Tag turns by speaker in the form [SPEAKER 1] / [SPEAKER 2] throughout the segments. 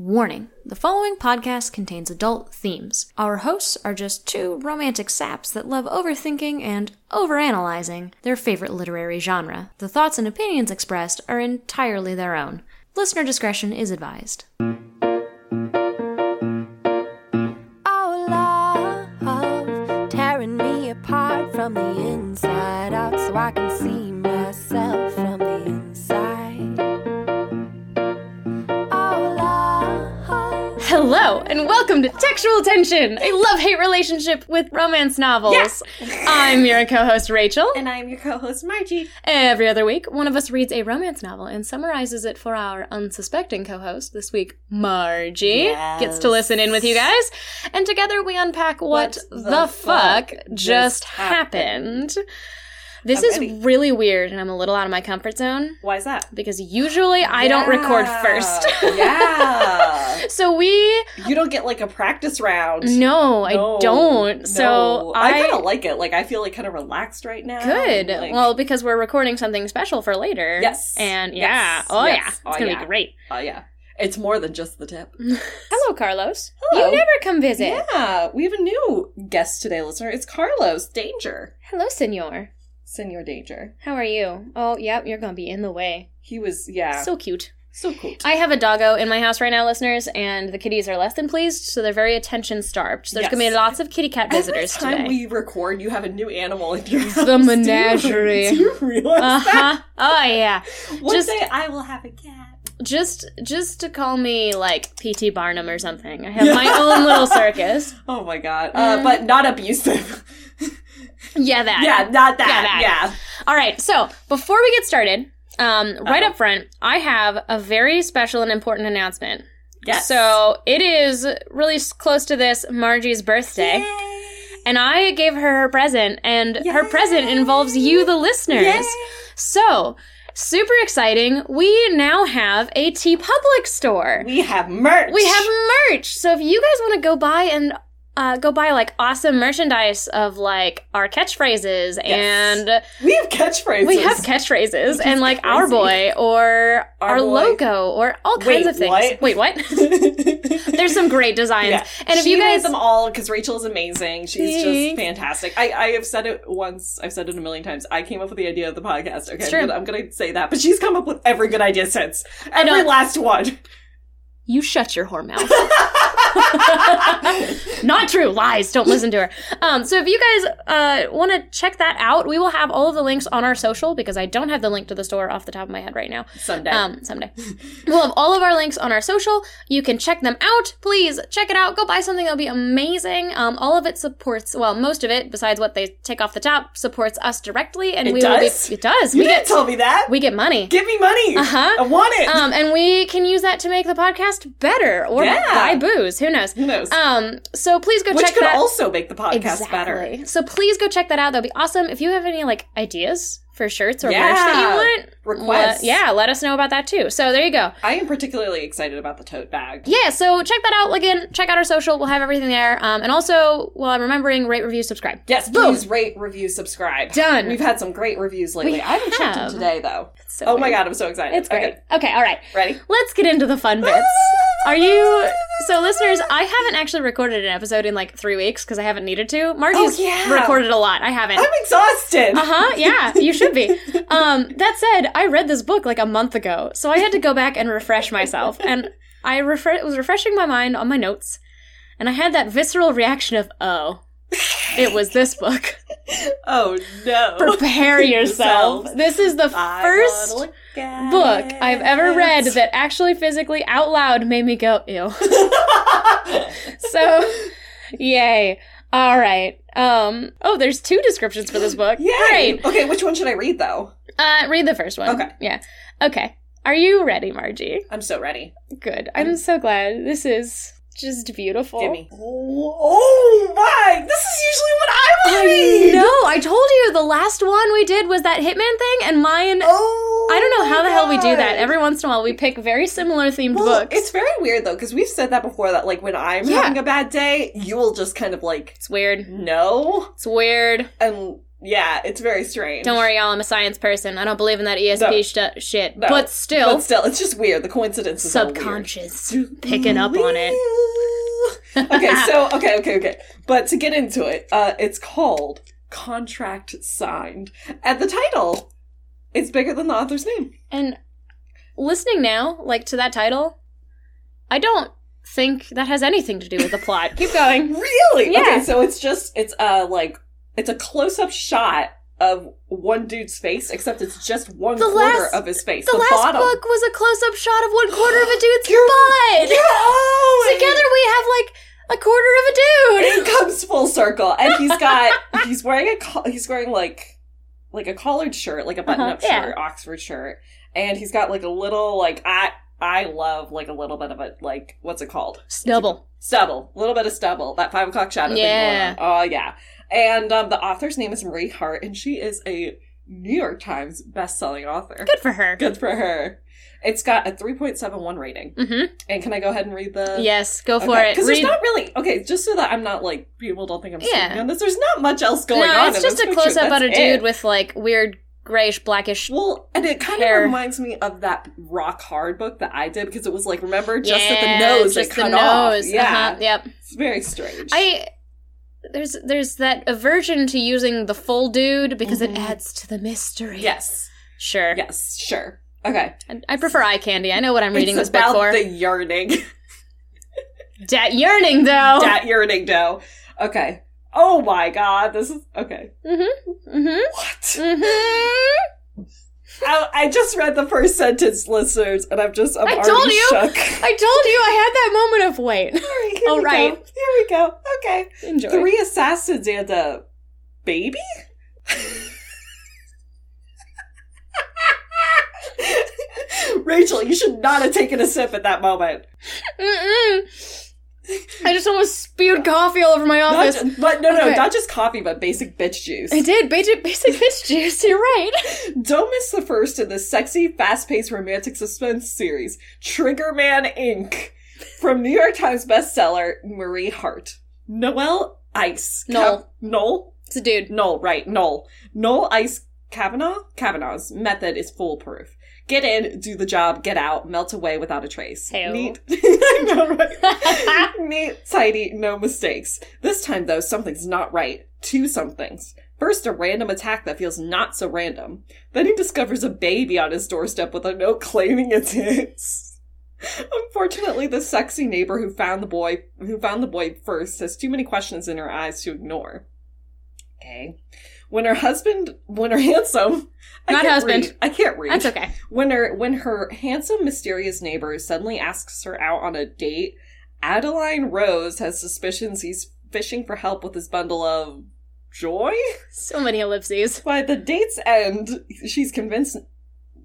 [SPEAKER 1] Warning the following podcast contains adult themes. Our hosts are just two romantic saps that love overthinking and overanalyzing their favorite literary genre. The thoughts and opinions expressed are entirely their own. Listener discretion is advised.
[SPEAKER 2] Our love tearing me apart from the inside out so I can see myself from the inside. Our love.
[SPEAKER 1] Hello, and welcome to Textual Tension, a love hate relationship with romance novels. I'm your co host, Rachel.
[SPEAKER 3] And I'm your co host, Margie.
[SPEAKER 1] Every other week, one of us reads a romance novel and summarizes it for our unsuspecting co host. This week, Margie gets to listen in with you guys. And together we unpack what, the, fuck, just happened. This
[SPEAKER 3] ready.
[SPEAKER 1] is really weird, and I'm a little out of my comfort zone
[SPEAKER 3] Why is that?
[SPEAKER 1] because usually I don't record
[SPEAKER 3] Yeah.
[SPEAKER 1] first.
[SPEAKER 3] yeah.
[SPEAKER 1] so we.
[SPEAKER 3] You don't get like a practice round.
[SPEAKER 1] No, I
[SPEAKER 3] No,
[SPEAKER 1] don't.
[SPEAKER 3] no.
[SPEAKER 1] So
[SPEAKER 3] I,
[SPEAKER 1] I.
[SPEAKER 3] kind of like it. Like, I feel like kind of relaxed right now.
[SPEAKER 1] Good.
[SPEAKER 3] Like,
[SPEAKER 1] well, because we're recording something special for later.
[SPEAKER 3] Yes.
[SPEAKER 1] And
[SPEAKER 3] Yes.
[SPEAKER 1] yeah. Oh,
[SPEAKER 3] Yes.
[SPEAKER 1] yeah. It's
[SPEAKER 3] Oh,
[SPEAKER 1] going to
[SPEAKER 3] yeah.
[SPEAKER 1] be great.
[SPEAKER 3] oh, yeah. It's more than just the tip.
[SPEAKER 1] Hello, Carlos.
[SPEAKER 3] Hello.
[SPEAKER 1] You never come visit.
[SPEAKER 3] Yeah. We have a new guest today, listener. It's Carlos Danger.
[SPEAKER 1] Hello, senor.
[SPEAKER 3] Senor Danger.
[SPEAKER 1] How are you? Oh, yep, you're gonna be in the way.
[SPEAKER 3] He was, yeah. So,
[SPEAKER 1] So cute.
[SPEAKER 3] cool.
[SPEAKER 1] I have a doggo in my house right now, listeners, and the kitties are less than pleased, so they're very attention starved. So there's
[SPEAKER 3] Yes.
[SPEAKER 1] gonna be lots of kitty cat visitors
[SPEAKER 3] Every time
[SPEAKER 1] today.
[SPEAKER 3] we record, you have a new animal in your house.
[SPEAKER 1] The
[SPEAKER 3] Do you-
[SPEAKER 1] menagerie.
[SPEAKER 3] Do you, realize
[SPEAKER 1] uh huh.
[SPEAKER 3] that?
[SPEAKER 1] Oh yeah.
[SPEAKER 3] One
[SPEAKER 1] just-
[SPEAKER 3] day I will have a cat.
[SPEAKER 1] Just, just to call me like P.T. Barnum or something. I have my own little circus.
[SPEAKER 3] Oh my god.
[SPEAKER 1] Um,
[SPEAKER 3] Uh, but not abusive.
[SPEAKER 1] Yeah, that.
[SPEAKER 3] yeah, not
[SPEAKER 1] that.
[SPEAKER 3] that. Yeah.
[SPEAKER 1] All right. So before we get started, um, right
[SPEAKER 3] Uh-huh.
[SPEAKER 1] up front, I have a very special and important announcement.
[SPEAKER 3] Yes.
[SPEAKER 1] So it is really s- close to this Margie's birthday. And I gave her her present, and her
[SPEAKER 3] Yay!
[SPEAKER 1] present involves you, the listeners.
[SPEAKER 3] Yay!
[SPEAKER 1] So, super exciting. We now have a T Public store.
[SPEAKER 3] we have merch.
[SPEAKER 1] We have merch. So, if you guys want to go buy and uh, go buy like awesome merchandise of like our catchphrases and
[SPEAKER 3] we have catchphrases.
[SPEAKER 1] we have catchphrases and like our
[SPEAKER 3] crazy.
[SPEAKER 1] boy or our,
[SPEAKER 3] Our boy.
[SPEAKER 1] logo or all kinds
[SPEAKER 3] Wait,
[SPEAKER 1] of things.
[SPEAKER 3] what?
[SPEAKER 1] Wait, what? There's some great designs.
[SPEAKER 3] Yeah.
[SPEAKER 1] And if
[SPEAKER 3] She
[SPEAKER 1] you
[SPEAKER 3] made
[SPEAKER 1] guys
[SPEAKER 3] them all because Rachel is amazing. She's
[SPEAKER 1] Thanks.
[SPEAKER 3] just fantastic. I, I have said it once. I've said it a million times. I came up with the idea of the podcast. Okay,
[SPEAKER 1] It's true.
[SPEAKER 3] I'm gonna- I'm gonna say that, but she's come up with every good idea since every
[SPEAKER 1] don't-
[SPEAKER 3] last one.
[SPEAKER 1] You shut your whore mouth. Not true. Lies. Don't listen to her. Um, so if you guys uh, want to check that out, we will have all of the links on our social because I don't have the link to the store off the top of my head right now.
[SPEAKER 3] Someday.
[SPEAKER 1] Um, someday. we'll have all of our links on our social. You can check them out. Please check it out. Go buy something. It'll be amazing. Um, all of it supports, well, most of it, besides what they take off the top, supports us directly. And
[SPEAKER 3] It
[SPEAKER 1] we
[SPEAKER 3] does?
[SPEAKER 1] will be, it does.
[SPEAKER 3] you
[SPEAKER 1] we
[SPEAKER 3] didn't
[SPEAKER 1] get,
[SPEAKER 3] tell me that.
[SPEAKER 1] we get money.
[SPEAKER 3] Give me money.
[SPEAKER 1] Uh-huh.
[SPEAKER 3] I want it.
[SPEAKER 1] um, and we can use that to make the podcast better or
[SPEAKER 3] Yeah.
[SPEAKER 1] buy booze. Who knows?
[SPEAKER 3] Who knows?
[SPEAKER 1] Um, so please go
[SPEAKER 3] Which
[SPEAKER 1] check
[SPEAKER 3] could
[SPEAKER 1] that
[SPEAKER 3] also make the podcast better.
[SPEAKER 1] exactly. So please go check that out. That'll be awesome. If you have any like ideas for shirts or merch that you
[SPEAKER 3] Yeah.
[SPEAKER 1] want,
[SPEAKER 3] Requests.
[SPEAKER 1] let- yeah, let us know about that too. So there you go.
[SPEAKER 3] I am particularly excited about the tote bag.
[SPEAKER 1] Yeah, so check that out again. Check out our social. We'll have everything there. Um, and also, while I'm remembering, rate, review, subscribe.
[SPEAKER 3] Yes,
[SPEAKER 1] Boom.
[SPEAKER 3] please rate, review, subscribe.
[SPEAKER 1] Done.
[SPEAKER 3] We've had some great reviews lately.
[SPEAKER 1] We
[SPEAKER 3] I haven't checked
[SPEAKER 1] have.
[SPEAKER 3] them today though.
[SPEAKER 1] So
[SPEAKER 3] oh my
[SPEAKER 1] weird.
[SPEAKER 3] god, I'm so excited.
[SPEAKER 1] it's great.
[SPEAKER 3] Okay,
[SPEAKER 1] okay, all right.
[SPEAKER 3] ready?
[SPEAKER 1] Let's get into the fun bits. Are you so listeners? I haven't actually recorded an episode in like three weeks because I haven't needed to. Margie's
[SPEAKER 3] Oh, yeah.
[SPEAKER 1] recorded a lot. I haven't.
[SPEAKER 3] I'm exhausted.
[SPEAKER 1] Uh huh. Yeah, you should be. Um, that said, I read this book like a month ago, so I had to go back and refresh myself, and I refre- was refreshing my mind on my notes, and I had that visceral reaction of, "Oh, it was this book."
[SPEAKER 3] Oh no.
[SPEAKER 1] Prepare yourself. This is the
[SPEAKER 3] I
[SPEAKER 1] first
[SPEAKER 3] wanna look at
[SPEAKER 1] book
[SPEAKER 3] it.
[SPEAKER 1] I've ever read that actually physically out loud made me go ew. so, yay. All right. Um. Oh, there's two descriptions for this book.
[SPEAKER 3] Yay.
[SPEAKER 1] Great.
[SPEAKER 3] Okay, which one should I read though?
[SPEAKER 1] Uh, read the first one.
[SPEAKER 3] Okay.
[SPEAKER 1] Yeah. Okay. Are you ready, Margie?
[SPEAKER 3] I'm so ready.
[SPEAKER 1] Good.
[SPEAKER 3] Mm.
[SPEAKER 1] I'm so glad. This is just beautiful.
[SPEAKER 3] Give me. Oh, oh my! This is usually what I
[SPEAKER 1] I
[SPEAKER 3] would read.
[SPEAKER 1] know. I told you the last one we did was that Hitman thing, and mine.
[SPEAKER 3] Oh,
[SPEAKER 1] I don't know how
[SPEAKER 3] my
[SPEAKER 1] the hell we do that.
[SPEAKER 3] God.
[SPEAKER 1] Every once in a while, we pick very similar themed
[SPEAKER 3] Well,
[SPEAKER 1] books.
[SPEAKER 3] It's very weird though, because we've said that before. That like when I'm
[SPEAKER 1] Yeah.
[SPEAKER 3] having a bad day, you will just kind of like
[SPEAKER 1] It's weird.
[SPEAKER 3] no,
[SPEAKER 1] It's weird.
[SPEAKER 3] and yeah, it's very strange.
[SPEAKER 1] Don't worry, y'all. I'm a science person. I don't believe in that ESP
[SPEAKER 3] No.
[SPEAKER 1] stu- shit.
[SPEAKER 3] No.
[SPEAKER 1] But still,
[SPEAKER 3] But still, it's just weird. The coincidence is all weird.
[SPEAKER 1] subconscious picking up on it.
[SPEAKER 3] okay, so okay, okay, okay. But to get into it, uh, it's called Contract Signed. And the title is bigger than the author's name.
[SPEAKER 1] And listening now, like to that title, I don't think that has anything to do with the plot. Keep going.
[SPEAKER 3] Really?
[SPEAKER 1] Yeah.
[SPEAKER 3] Okay, so it's just it's uh like it's a close up shot of one dude's face, except it's just one
[SPEAKER 1] The
[SPEAKER 3] quarter
[SPEAKER 1] last-
[SPEAKER 3] of his face.
[SPEAKER 1] The, last
[SPEAKER 3] bottom.
[SPEAKER 1] book was a close up shot of one quarter of a dude's
[SPEAKER 3] You're-
[SPEAKER 1] butt.
[SPEAKER 3] Yeah, oh, and
[SPEAKER 1] Together we have like a quarter of a dude.
[SPEAKER 3] it comes full circle, and he's got he's wearing a co- he's wearing like like a collared shirt, like a button up
[SPEAKER 1] Uh-huh, yeah.
[SPEAKER 3] shirt, Oxford shirt, and he's got like a little like I I love like a little bit of a like what's it called
[SPEAKER 1] Snubble.
[SPEAKER 3] stubble, a little bit of stubble, that five o'clock shadow
[SPEAKER 1] Yeah.
[SPEAKER 3] thing. going on. Oh yeah, and um, the author's name is Marie Hart, and she is a New York Times best-selling author.
[SPEAKER 1] Good for her.
[SPEAKER 3] Good for her. It's got a 3.71 rating.
[SPEAKER 1] Mm-hmm.
[SPEAKER 3] And can I go ahead and read the
[SPEAKER 1] Yes, go for it.
[SPEAKER 3] Because there's
[SPEAKER 1] Read-
[SPEAKER 3] not really okay. Just so that I'm not like people don't think I'm
[SPEAKER 1] Yeah.
[SPEAKER 3] yeah. on this. There's not much else going
[SPEAKER 1] no,
[SPEAKER 3] on.
[SPEAKER 1] it's
[SPEAKER 3] in
[SPEAKER 1] just
[SPEAKER 3] this
[SPEAKER 1] a
[SPEAKER 3] picture.
[SPEAKER 1] close up on
[SPEAKER 3] That's
[SPEAKER 1] a dude
[SPEAKER 3] it.
[SPEAKER 1] with like weird grayish blackish.
[SPEAKER 3] Well, and it kind
[SPEAKER 1] hair.
[SPEAKER 3] of reminds me of that rock hard book that I did because it was like remember just
[SPEAKER 1] yeah,
[SPEAKER 3] at the nose
[SPEAKER 1] just
[SPEAKER 3] they
[SPEAKER 1] the
[SPEAKER 3] cut off.
[SPEAKER 1] nose.
[SPEAKER 3] Yeah,
[SPEAKER 1] uh-huh, yep.
[SPEAKER 3] it's very strange.
[SPEAKER 1] I there's there's that aversion to using the full dude because it
[SPEAKER 3] Mhm.
[SPEAKER 1] adds to the mystery.
[SPEAKER 3] yes,
[SPEAKER 1] sure.
[SPEAKER 3] yes, sure, okay.
[SPEAKER 1] I, I prefer eye candy. I know what I'm reading
[SPEAKER 3] it's
[SPEAKER 1] this book
[SPEAKER 3] about
[SPEAKER 1] for.
[SPEAKER 3] the yearning,
[SPEAKER 1] Dat yearning though.
[SPEAKER 3] that yearning dough. Okay. Oh my god, this is okay.
[SPEAKER 1] mm-hmm.
[SPEAKER 3] What?
[SPEAKER 1] Mm-hmm.
[SPEAKER 3] I, I just read the first sentence, listeners, and I'm just I'm
[SPEAKER 1] I
[SPEAKER 3] already
[SPEAKER 1] told you.
[SPEAKER 3] shook.
[SPEAKER 1] I told you I had that moment of wait.
[SPEAKER 3] All right, here
[SPEAKER 1] All
[SPEAKER 3] we
[SPEAKER 1] right.
[SPEAKER 3] go. Here we go. Okay.
[SPEAKER 1] Enjoy.
[SPEAKER 3] Three assassins and a baby? Rachel, you should not have taken a sip at that moment.
[SPEAKER 1] Mm-mm. I just almost spewed coffee all over my
[SPEAKER 3] Not
[SPEAKER 1] office.
[SPEAKER 3] ju- but no, no,
[SPEAKER 1] Okay.
[SPEAKER 3] not just coffee, but basic bitch juice.
[SPEAKER 1] I did basic, basic bitch juice. You're right.
[SPEAKER 3] Don't miss the first in this sexy, fast-paced romantic suspense series, Triggerman Inc. From New York Times bestseller Marie Hart. Noel Ice.
[SPEAKER 1] Noel.
[SPEAKER 3] Noel?
[SPEAKER 1] It's a dude.
[SPEAKER 3] Null, right, null. Null Ice Kavanaugh? Kavanaugh's method is foolproof. Get in, do the job, get out, melt away without a trace.
[SPEAKER 1] Hey-o.
[SPEAKER 3] Neat. I know, right? Neat, tidy, no mistakes. This time, though, something's not right. Two somethings. First, a random attack that feels not so random. Then he discovers a baby on his doorstep with a note claiming it's his. Unfortunately, the sexy neighbor who found the boy who found the boy first has too many questions in her eyes to ignore. Okay. When her husband when her handsome I
[SPEAKER 1] Not
[SPEAKER 3] can't
[SPEAKER 1] husband.
[SPEAKER 3] read. I can't read.
[SPEAKER 1] That's okay.
[SPEAKER 3] When her when her handsome mysterious neighbor suddenly asks her out on a date, Adeline Rose has suspicions he's fishing for help with his bundle of joy?
[SPEAKER 1] So many ellipses.
[SPEAKER 3] By the date's end, she's convinced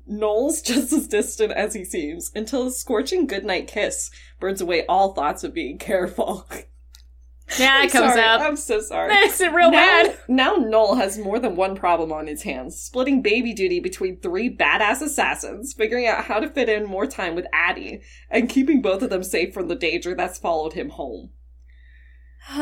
[SPEAKER 3] Noel's just as distant as he seems until a scorching goodnight kiss burns away all thoughts of being careful.
[SPEAKER 1] Yeah,
[SPEAKER 3] I'm
[SPEAKER 1] it comes
[SPEAKER 3] sorry.
[SPEAKER 1] up.
[SPEAKER 3] I'm so sorry.
[SPEAKER 1] That's real
[SPEAKER 3] now,
[SPEAKER 1] bad.
[SPEAKER 3] Now Noel has more than one problem on his hands, splitting baby duty between three badass assassins, figuring out how to fit in more time with Addie, and keeping both of them safe from the danger that's followed him home. I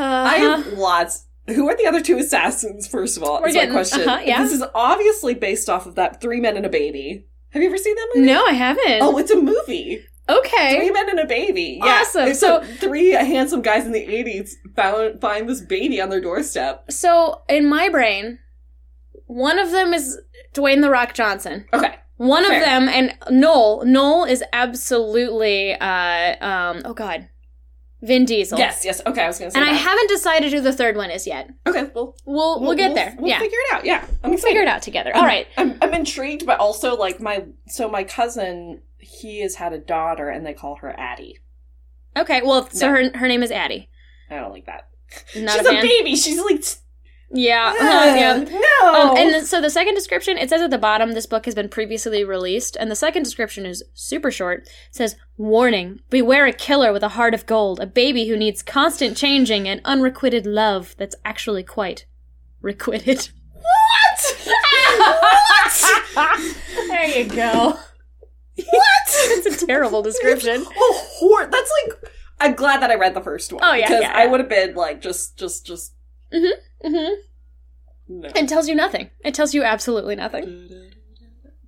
[SPEAKER 1] Uh-huh.
[SPEAKER 3] have lots. Who are the other two assassins? First of all,
[SPEAKER 1] We're
[SPEAKER 3] is
[SPEAKER 1] getting-
[SPEAKER 3] my question.
[SPEAKER 1] uh-huh, yeah.
[SPEAKER 3] This is obviously based off of that Three Men and a Baby. Have you ever seen that movie?
[SPEAKER 1] No, I haven't.
[SPEAKER 3] Oh, it's a movie. Three
[SPEAKER 1] okay.
[SPEAKER 3] Men and a Baby. Yeah.
[SPEAKER 1] Awesome.
[SPEAKER 3] It's
[SPEAKER 1] So-
[SPEAKER 3] a- three handsome guys in the eighties found find this baby on their doorstep.
[SPEAKER 1] So in my brain, one of them is Dwayne the Rock Johnson.
[SPEAKER 3] Okay.
[SPEAKER 1] One
[SPEAKER 3] Fair.
[SPEAKER 1] of them and Noel. Noel is absolutely uh um oh god. Vin Diesel.
[SPEAKER 3] Yes. Yes. Okay. I was gonna say.
[SPEAKER 1] And I
[SPEAKER 3] that.
[SPEAKER 1] haven't decided who the third one is yet.
[SPEAKER 3] Okay. Well,
[SPEAKER 1] We'll we'll, get there.
[SPEAKER 3] We'll,
[SPEAKER 1] yeah.
[SPEAKER 3] figure it out. Yeah. I'm
[SPEAKER 1] We'll
[SPEAKER 3] excited.
[SPEAKER 1] figure it out together. All right.
[SPEAKER 3] I'm, I'm intrigued, but also like my so my cousin he has had a daughter and they call her Addie.
[SPEAKER 1] Okay. Well, so
[SPEAKER 3] No.
[SPEAKER 1] her her name is Addie.
[SPEAKER 3] I don't like that.
[SPEAKER 1] Not
[SPEAKER 3] She's
[SPEAKER 1] a
[SPEAKER 3] a,
[SPEAKER 1] fan.
[SPEAKER 3] baby. She's like
[SPEAKER 1] yeah. Uh-huh, yeah.
[SPEAKER 3] Yeah. No.
[SPEAKER 1] Um, and then, so the second description, it says at the bottom, this book has been previously released, and the second description is super short. It says, "Warning: Beware a killer with a heart of gold, a baby who needs constant changing and unrequited love that's actually quite requited."
[SPEAKER 3] what?
[SPEAKER 1] There you go.
[SPEAKER 3] what?
[SPEAKER 1] It's a terrible description.
[SPEAKER 3] Oh, hor- that's like. I'm glad that I read the first one.
[SPEAKER 1] Oh, yeah,
[SPEAKER 3] because
[SPEAKER 1] yeah,
[SPEAKER 3] I
[SPEAKER 1] yeah.
[SPEAKER 3] would have been like just, just, just
[SPEAKER 1] Mm-hmm.
[SPEAKER 3] No.
[SPEAKER 1] and tells you nothing. It tells you absolutely nothing.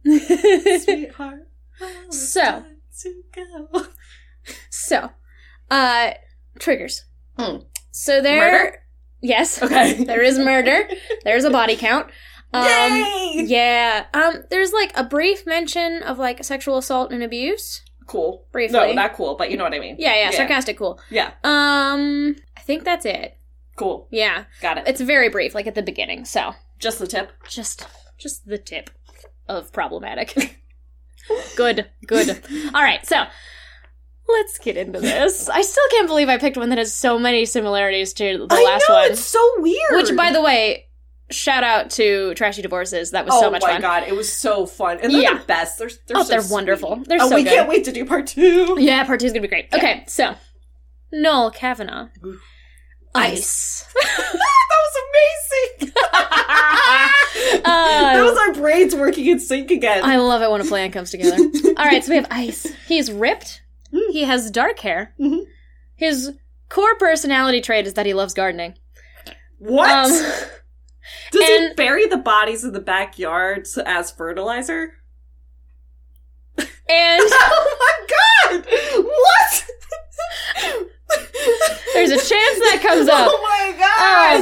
[SPEAKER 3] Sweetheart. oh, it's
[SPEAKER 1] So.
[SPEAKER 3] time to go.
[SPEAKER 1] so, uh, triggers.
[SPEAKER 3] Mm.
[SPEAKER 1] So there.
[SPEAKER 3] Murder?
[SPEAKER 1] Yes.
[SPEAKER 3] Okay.
[SPEAKER 1] There is murder. There's a body count. Um,
[SPEAKER 3] Yay!
[SPEAKER 1] Yeah. Um, there's like a brief mention of like sexual assault and abuse.
[SPEAKER 3] Cool.
[SPEAKER 1] Briefly.
[SPEAKER 3] No, not cool, but you know what I mean.
[SPEAKER 1] Yeah, yeah,
[SPEAKER 3] Yeah.
[SPEAKER 1] sarcastic, cool.
[SPEAKER 3] Yeah.
[SPEAKER 1] Um, I think that's it.
[SPEAKER 3] Cool.
[SPEAKER 1] Yeah,
[SPEAKER 3] Got it.
[SPEAKER 1] it's very brief, like at the beginning. So
[SPEAKER 3] Just the tip.
[SPEAKER 1] just, just the tip of problematic. good, good. All right, so let's get into this. I still can't believe I picked one that has so many similarities to the last
[SPEAKER 3] I know,
[SPEAKER 1] one.
[SPEAKER 3] It's so weird.
[SPEAKER 1] Which, by the way, shout out to Trashy Divorces. That was
[SPEAKER 3] oh
[SPEAKER 1] so much
[SPEAKER 3] my
[SPEAKER 1] fun.
[SPEAKER 3] god, it was so fun, and they're
[SPEAKER 1] Yeah.
[SPEAKER 3] the best. They're they're
[SPEAKER 1] Oh,
[SPEAKER 3] so
[SPEAKER 1] they're
[SPEAKER 3] sweet.
[SPEAKER 1] wonderful. They're
[SPEAKER 3] oh,
[SPEAKER 1] so
[SPEAKER 3] we
[SPEAKER 1] good.
[SPEAKER 3] can't wait to do part two.
[SPEAKER 1] Yeah, part two is gonna be great. Okay, so Noel Kavanaugh,
[SPEAKER 3] Ooh.
[SPEAKER 1] ice.
[SPEAKER 3] Ah, that was amazing. that was our brains working in sync again.
[SPEAKER 1] Uh, I love it when a plan comes together. All right, so we have Ice. He's ripped.
[SPEAKER 3] Mm.
[SPEAKER 1] He has dark hair.
[SPEAKER 3] Mhm.
[SPEAKER 1] His core personality trait is that he loves gardening.
[SPEAKER 3] what?
[SPEAKER 1] Um,
[SPEAKER 3] Does he
[SPEAKER 1] and-
[SPEAKER 3] bury the bodies in the backyard s- as fertilizer?
[SPEAKER 1] And
[SPEAKER 3] oh my god! What?
[SPEAKER 1] there's a chance that comes up.
[SPEAKER 3] Oh my
[SPEAKER 1] Um,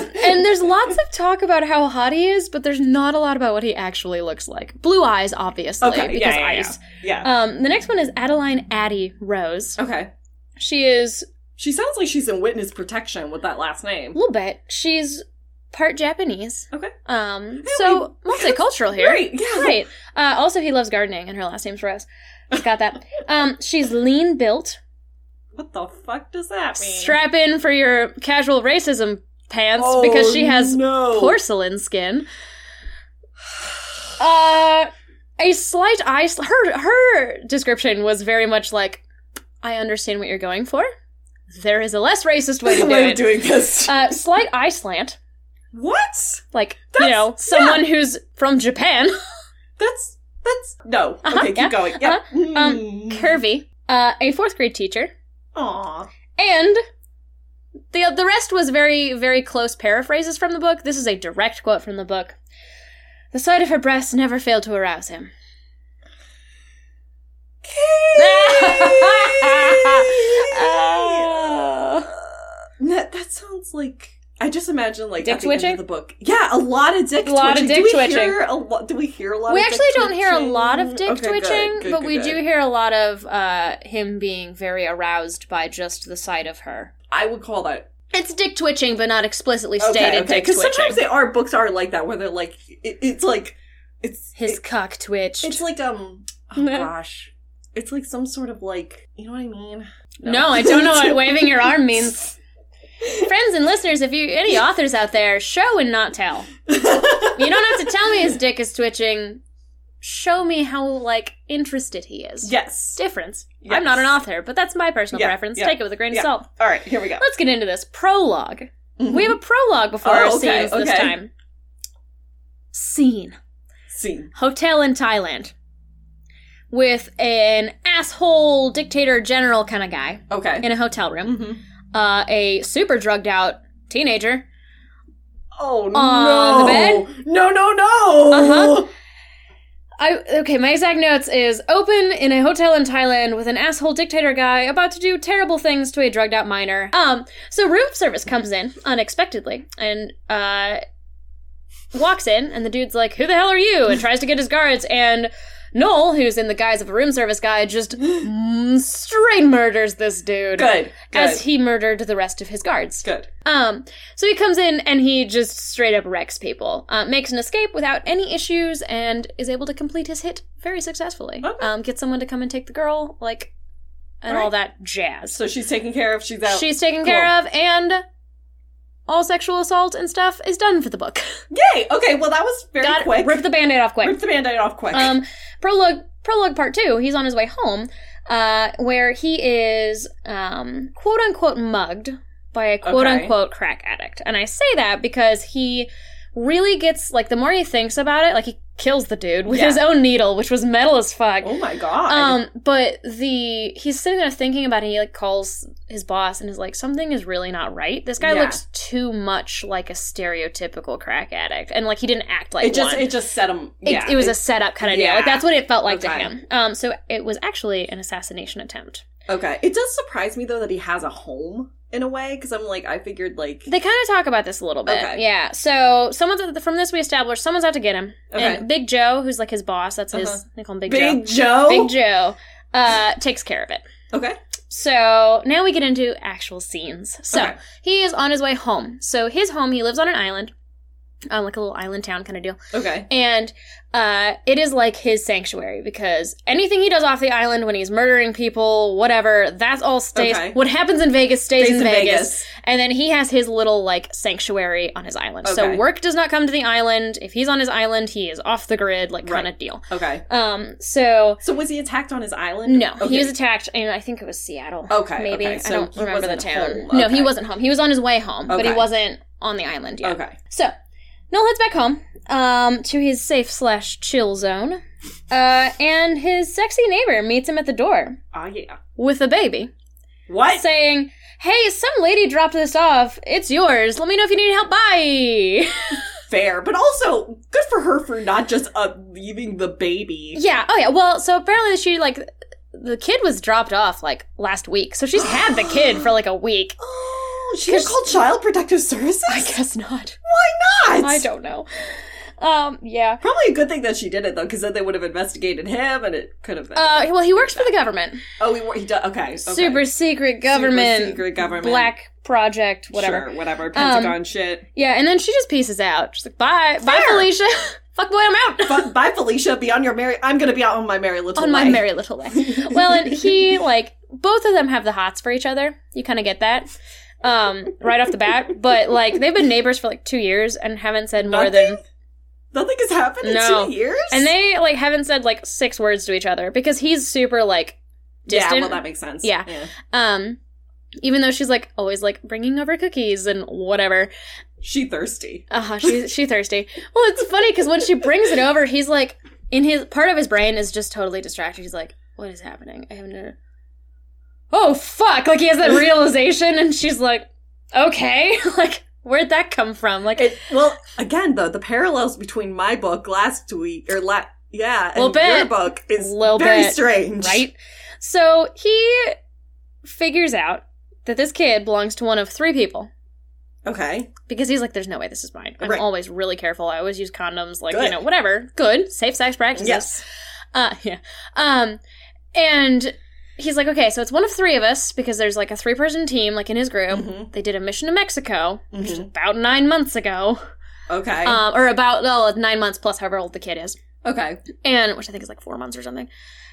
[SPEAKER 3] god!
[SPEAKER 1] and there's lots of talk about how hot he is, but there's not a lot about what he actually looks like. Blue eyes, obviously,
[SPEAKER 3] okay,
[SPEAKER 1] because
[SPEAKER 3] yeah, yeah, yeah.
[SPEAKER 1] ice.
[SPEAKER 3] Yeah.
[SPEAKER 1] Um, the next one is Adeline Addie Rose.
[SPEAKER 3] okay.
[SPEAKER 1] She is
[SPEAKER 3] She sounds like she's in witness protection with that last name.
[SPEAKER 1] a little bit. She's part Japanese.
[SPEAKER 3] Okay.
[SPEAKER 1] Um, so multicultural here.
[SPEAKER 3] Great. Yeah.
[SPEAKER 1] Right. Uh, also, he loves gardening, and her last name's Rose. Got that. Um, she's lean built.
[SPEAKER 3] What the fuck does that mean?
[SPEAKER 1] Strap in for your casual racism pants
[SPEAKER 3] Oh,
[SPEAKER 1] because she has
[SPEAKER 3] no.
[SPEAKER 1] porcelain skin. Uh, a slight eye. Sl- her her description was very much like, I understand what you're going for. There is a less racist way to do
[SPEAKER 3] way of
[SPEAKER 1] it.
[SPEAKER 3] doing this.
[SPEAKER 1] Uh, slight eye slant,
[SPEAKER 3] what?
[SPEAKER 1] like
[SPEAKER 3] That's-
[SPEAKER 1] you know, someone who's from Japan.
[SPEAKER 3] That's that's no.
[SPEAKER 1] Uh-huh,
[SPEAKER 3] okay, keep
[SPEAKER 1] yeah,
[SPEAKER 3] going. Yeah.
[SPEAKER 1] Um,
[SPEAKER 3] Mm.
[SPEAKER 1] curvy. Uh, a fourth grade teacher.
[SPEAKER 3] Aw.
[SPEAKER 1] And the the rest was very very close paraphrases from the book. This is a direct quote from the book. The sight of her breasts never failed to arouse him.
[SPEAKER 3] That, that sounds like I just imagine like
[SPEAKER 1] Dick
[SPEAKER 3] at the end
[SPEAKER 1] twitching?
[SPEAKER 3] of the book. Yeah, a lot of dick.
[SPEAKER 1] A lot of
[SPEAKER 3] twitching.
[SPEAKER 1] dick
[SPEAKER 3] do we
[SPEAKER 1] twitching.
[SPEAKER 3] Hear a lo- do we hear a lot?
[SPEAKER 1] we
[SPEAKER 3] of
[SPEAKER 1] actually
[SPEAKER 3] dick
[SPEAKER 1] don't hear a
[SPEAKER 3] twitching?
[SPEAKER 1] lot of dick
[SPEAKER 3] Okay, good,
[SPEAKER 1] twitching,
[SPEAKER 3] good,
[SPEAKER 1] but
[SPEAKER 3] good,
[SPEAKER 1] we do
[SPEAKER 3] good.
[SPEAKER 1] hear a lot of uh, him being very aroused by just the sight of her.
[SPEAKER 3] I would call that
[SPEAKER 1] It's dick twitching, but not explicitly
[SPEAKER 3] okay,
[SPEAKER 1] stated
[SPEAKER 3] okay.
[SPEAKER 1] dick
[SPEAKER 3] Because
[SPEAKER 1] twitching.
[SPEAKER 3] sometimes they are books are like that where they're like it, it's like it's
[SPEAKER 1] His
[SPEAKER 3] it-
[SPEAKER 1] cock twitched.
[SPEAKER 3] It's like um oh gosh. It's like some sort of like you know what I mean?
[SPEAKER 1] No. I don't know what waving your arm means. Friends and listeners, if you any authors out there, show and not tell. You don't have to tell me his dick is twitching. Show me how like interested he is.
[SPEAKER 3] yes.
[SPEAKER 1] Difference.
[SPEAKER 3] Yes.
[SPEAKER 1] I'm not an author, but that's my personal
[SPEAKER 3] Yeah,
[SPEAKER 1] preference.
[SPEAKER 3] yeah,
[SPEAKER 1] Take it with a grain
[SPEAKER 3] yeah.
[SPEAKER 1] of salt.
[SPEAKER 3] All right, here we go. Mm-hmm.
[SPEAKER 1] Let's get into this prologue. We have a prologue before
[SPEAKER 3] Oh,
[SPEAKER 1] our
[SPEAKER 3] okay,
[SPEAKER 1] scenes this
[SPEAKER 3] okay.
[SPEAKER 1] time. Scene.
[SPEAKER 3] scene.
[SPEAKER 1] Hotel in Thailand. With an asshole dictator general kind of guy
[SPEAKER 3] Okay.
[SPEAKER 1] in a hotel room.
[SPEAKER 3] Mhm.
[SPEAKER 1] Uh, a super drugged out teenager
[SPEAKER 3] Oh
[SPEAKER 1] On
[SPEAKER 3] no.
[SPEAKER 1] Uh, the bed?
[SPEAKER 3] No, no, no.
[SPEAKER 1] Uh-huh. I okay, my exact notes is open in a hotel in Thailand with an asshole dictator guy about to do terrible things to a drugged out minor. Um, so room service comes in unexpectedly and uh walks in and the dude's like, "Who the hell are you?" and tries to get his guards and Noel, who's in the guise of a room service guy, just mm, straight murders this dude
[SPEAKER 3] Good. Good.
[SPEAKER 1] as he murdered the rest of his guards.
[SPEAKER 3] good.
[SPEAKER 1] Um, so he comes in and he just straight up wrecks people, uh, makes an escape without any issues, and is able to complete his hit very successfully.
[SPEAKER 3] Okay.
[SPEAKER 1] Um, get someone to come and take the girl, like, and all,
[SPEAKER 3] Alright.
[SPEAKER 1] that jazz.
[SPEAKER 3] So she's taken care of. She's out.
[SPEAKER 1] She's taken
[SPEAKER 3] Cool.
[SPEAKER 1] care of, and all sexual assault and stuff is done for the book.
[SPEAKER 3] Yay. Okay. Well, that was very
[SPEAKER 1] Got
[SPEAKER 3] quick.
[SPEAKER 1] rip the band-aid off quick.
[SPEAKER 3] Rip the band-aid off quick.
[SPEAKER 1] Um, prologue prologue part two. He's on his way home, uh, where he is um, quote unquote mugged by a quote
[SPEAKER 3] Okay.
[SPEAKER 1] unquote crack addict, and I say that because he really gets like the more he thinks about it, like he kills the dude with
[SPEAKER 3] Yeah.
[SPEAKER 1] his own needle, which was metal as fuck.
[SPEAKER 3] Oh my god.
[SPEAKER 1] Um, but the he's sitting there thinking about it. And he like calls his boss and is like, "Something is really not right. This guy
[SPEAKER 3] Yeah.
[SPEAKER 1] looks too much like a stereotypical crack addict, and like he didn't act like
[SPEAKER 3] it just
[SPEAKER 1] one.
[SPEAKER 3] it just set him.
[SPEAKER 1] It,
[SPEAKER 3] Yeah,
[SPEAKER 1] it was a setup kind of deal. Like
[SPEAKER 3] Yeah.
[SPEAKER 1] that's what it felt like to
[SPEAKER 3] Okay.
[SPEAKER 1] him. Um, so it was actually an assassination attempt.
[SPEAKER 3] okay. It does surprise me though that he has a home in a way because I'm like I figured like
[SPEAKER 1] They kind of talk about this a little bit.
[SPEAKER 3] Okay.
[SPEAKER 1] Yeah. So someone's out- from this we established someone's out to get him.
[SPEAKER 3] Okay.
[SPEAKER 1] And Big Joe, who's like his boss, that's
[SPEAKER 3] Uh-huh.
[SPEAKER 1] his they call him Big,
[SPEAKER 3] Big
[SPEAKER 1] Joe.
[SPEAKER 3] Joe.
[SPEAKER 1] Big Joe uh takes care of it.
[SPEAKER 3] Okay.
[SPEAKER 1] So now we get into actual scenes. So
[SPEAKER 3] Okay.
[SPEAKER 1] he is on his way home. So his home, he lives on an island. Um, like a little island town kind of deal.
[SPEAKER 3] Okay.
[SPEAKER 1] And uh, it is like his sanctuary because anything he does off the island when he's murdering people, whatever, that's all stays.
[SPEAKER 3] Okay.
[SPEAKER 1] What happens in Vegas stays,
[SPEAKER 3] Stays
[SPEAKER 1] in,
[SPEAKER 3] in
[SPEAKER 1] Vegas.
[SPEAKER 3] Vegas.
[SPEAKER 1] And then he has his little like sanctuary on his island. So
[SPEAKER 3] Okay.
[SPEAKER 1] work does not come to the island. If he's on his island, he is off the grid, like kind of
[SPEAKER 3] Right.
[SPEAKER 1] deal.
[SPEAKER 3] Okay.
[SPEAKER 1] Um, so
[SPEAKER 3] So was he attacked on his island?
[SPEAKER 1] no,
[SPEAKER 3] Okay.
[SPEAKER 1] he was attacked, and I think it was Seattle.
[SPEAKER 3] Okay,
[SPEAKER 1] maybe
[SPEAKER 3] okay.
[SPEAKER 1] I
[SPEAKER 3] So
[SPEAKER 1] don't
[SPEAKER 3] he
[SPEAKER 1] remember the
[SPEAKER 3] wasn't
[SPEAKER 1] town.
[SPEAKER 3] home.
[SPEAKER 1] No, he
[SPEAKER 3] Okay.
[SPEAKER 1] wasn't home. He was on his way home, but he
[SPEAKER 3] Okay.
[SPEAKER 1] wasn't on the island yet.
[SPEAKER 3] Okay.
[SPEAKER 1] So Noel heads back home um, to his safe slash chill zone, uh, and his sexy neighbor meets him at the door
[SPEAKER 3] Oh yeah.
[SPEAKER 1] with a baby,
[SPEAKER 3] What?
[SPEAKER 1] saying. Hey, some lady dropped this off. It's yours. Let me know if you need help. Bye.
[SPEAKER 3] Fair, but also good for her for not just uh, leaving the baby.
[SPEAKER 1] yeah. Oh, yeah. Well, so apparently she like the kid was dropped off like last week, so she's had the kid for like a week.
[SPEAKER 3] Oh, she could call child protective services.
[SPEAKER 1] I guess not.
[SPEAKER 3] Why not?
[SPEAKER 1] I don't know. Um, yeah.
[SPEAKER 3] Probably a good thing that she did it though, because then they would have investigated him, and it could have been.
[SPEAKER 1] Uh, well, he works for the government.
[SPEAKER 3] oh, he, wa- he does. Okay, okay.
[SPEAKER 1] Super secret government.
[SPEAKER 3] secret government.
[SPEAKER 1] Black project, whatever. Um,
[SPEAKER 3] Sure, whatever. Pentagon shit.
[SPEAKER 1] Yeah, and then she just pieces out. She's like, bye. Bye,
[SPEAKER 3] Fair.
[SPEAKER 1] Felicia. Fuck boy, I'm out.
[SPEAKER 3] But bye, Felicia. Be on your merry. I'm gonna be out on my merry little
[SPEAKER 1] On my
[SPEAKER 3] way.
[SPEAKER 1] merry little way. well, and he, like, both of them have the hots for each other. You kind of get that. Um, right off the bat. But, like, they've been neighbors for, like, two years and haven't said more than.
[SPEAKER 3] Nothing has happened
[SPEAKER 1] No.
[SPEAKER 3] in two years.
[SPEAKER 1] And they, like, haven't said, like, six words to each other because he's super, like, distant.
[SPEAKER 3] Yeah, well, that makes sense.
[SPEAKER 1] Yeah. Um, even though she's like always like bringing over cookies and whatever.
[SPEAKER 3] She thirsty.
[SPEAKER 1] Uh huh. She's she thirsty. Well, it's funny because when she brings it over, he's like in his part of his brain is just totally distracted. He's like, "What is happening? I have no." Oh fuck! Like he has that realization, and she's like, "Okay, like where'd that come from?" Like
[SPEAKER 3] It, well, again though, the parallels between my book last week or la yeah,
[SPEAKER 1] Little
[SPEAKER 3] and your
[SPEAKER 1] bit.
[SPEAKER 3] book is
[SPEAKER 1] Little
[SPEAKER 3] very
[SPEAKER 1] bit,
[SPEAKER 3] strange,
[SPEAKER 1] right? So he figures out that this kid belongs to one of three people.
[SPEAKER 3] Okay,
[SPEAKER 1] because he's like, there's no way this is mine. I'm
[SPEAKER 3] Right.
[SPEAKER 1] always really careful. I always use condoms, like you
[SPEAKER 3] Good.
[SPEAKER 1] know, whatever. Good, safe sex practices.
[SPEAKER 3] yes,
[SPEAKER 1] Uh, yeah. Um, and he's like, okay, so it's one of three of us because there's like a three person team, like in his group.
[SPEAKER 3] Mhm.
[SPEAKER 1] They did a mission to Mexico, which is
[SPEAKER 3] Mhm.
[SPEAKER 1] about nine months ago,
[SPEAKER 3] okay,
[SPEAKER 1] um, or about oh, nine months plus however old the kid is,
[SPEAKER 3] okay,
[SPEAKER 1] and which I think is like four months or something.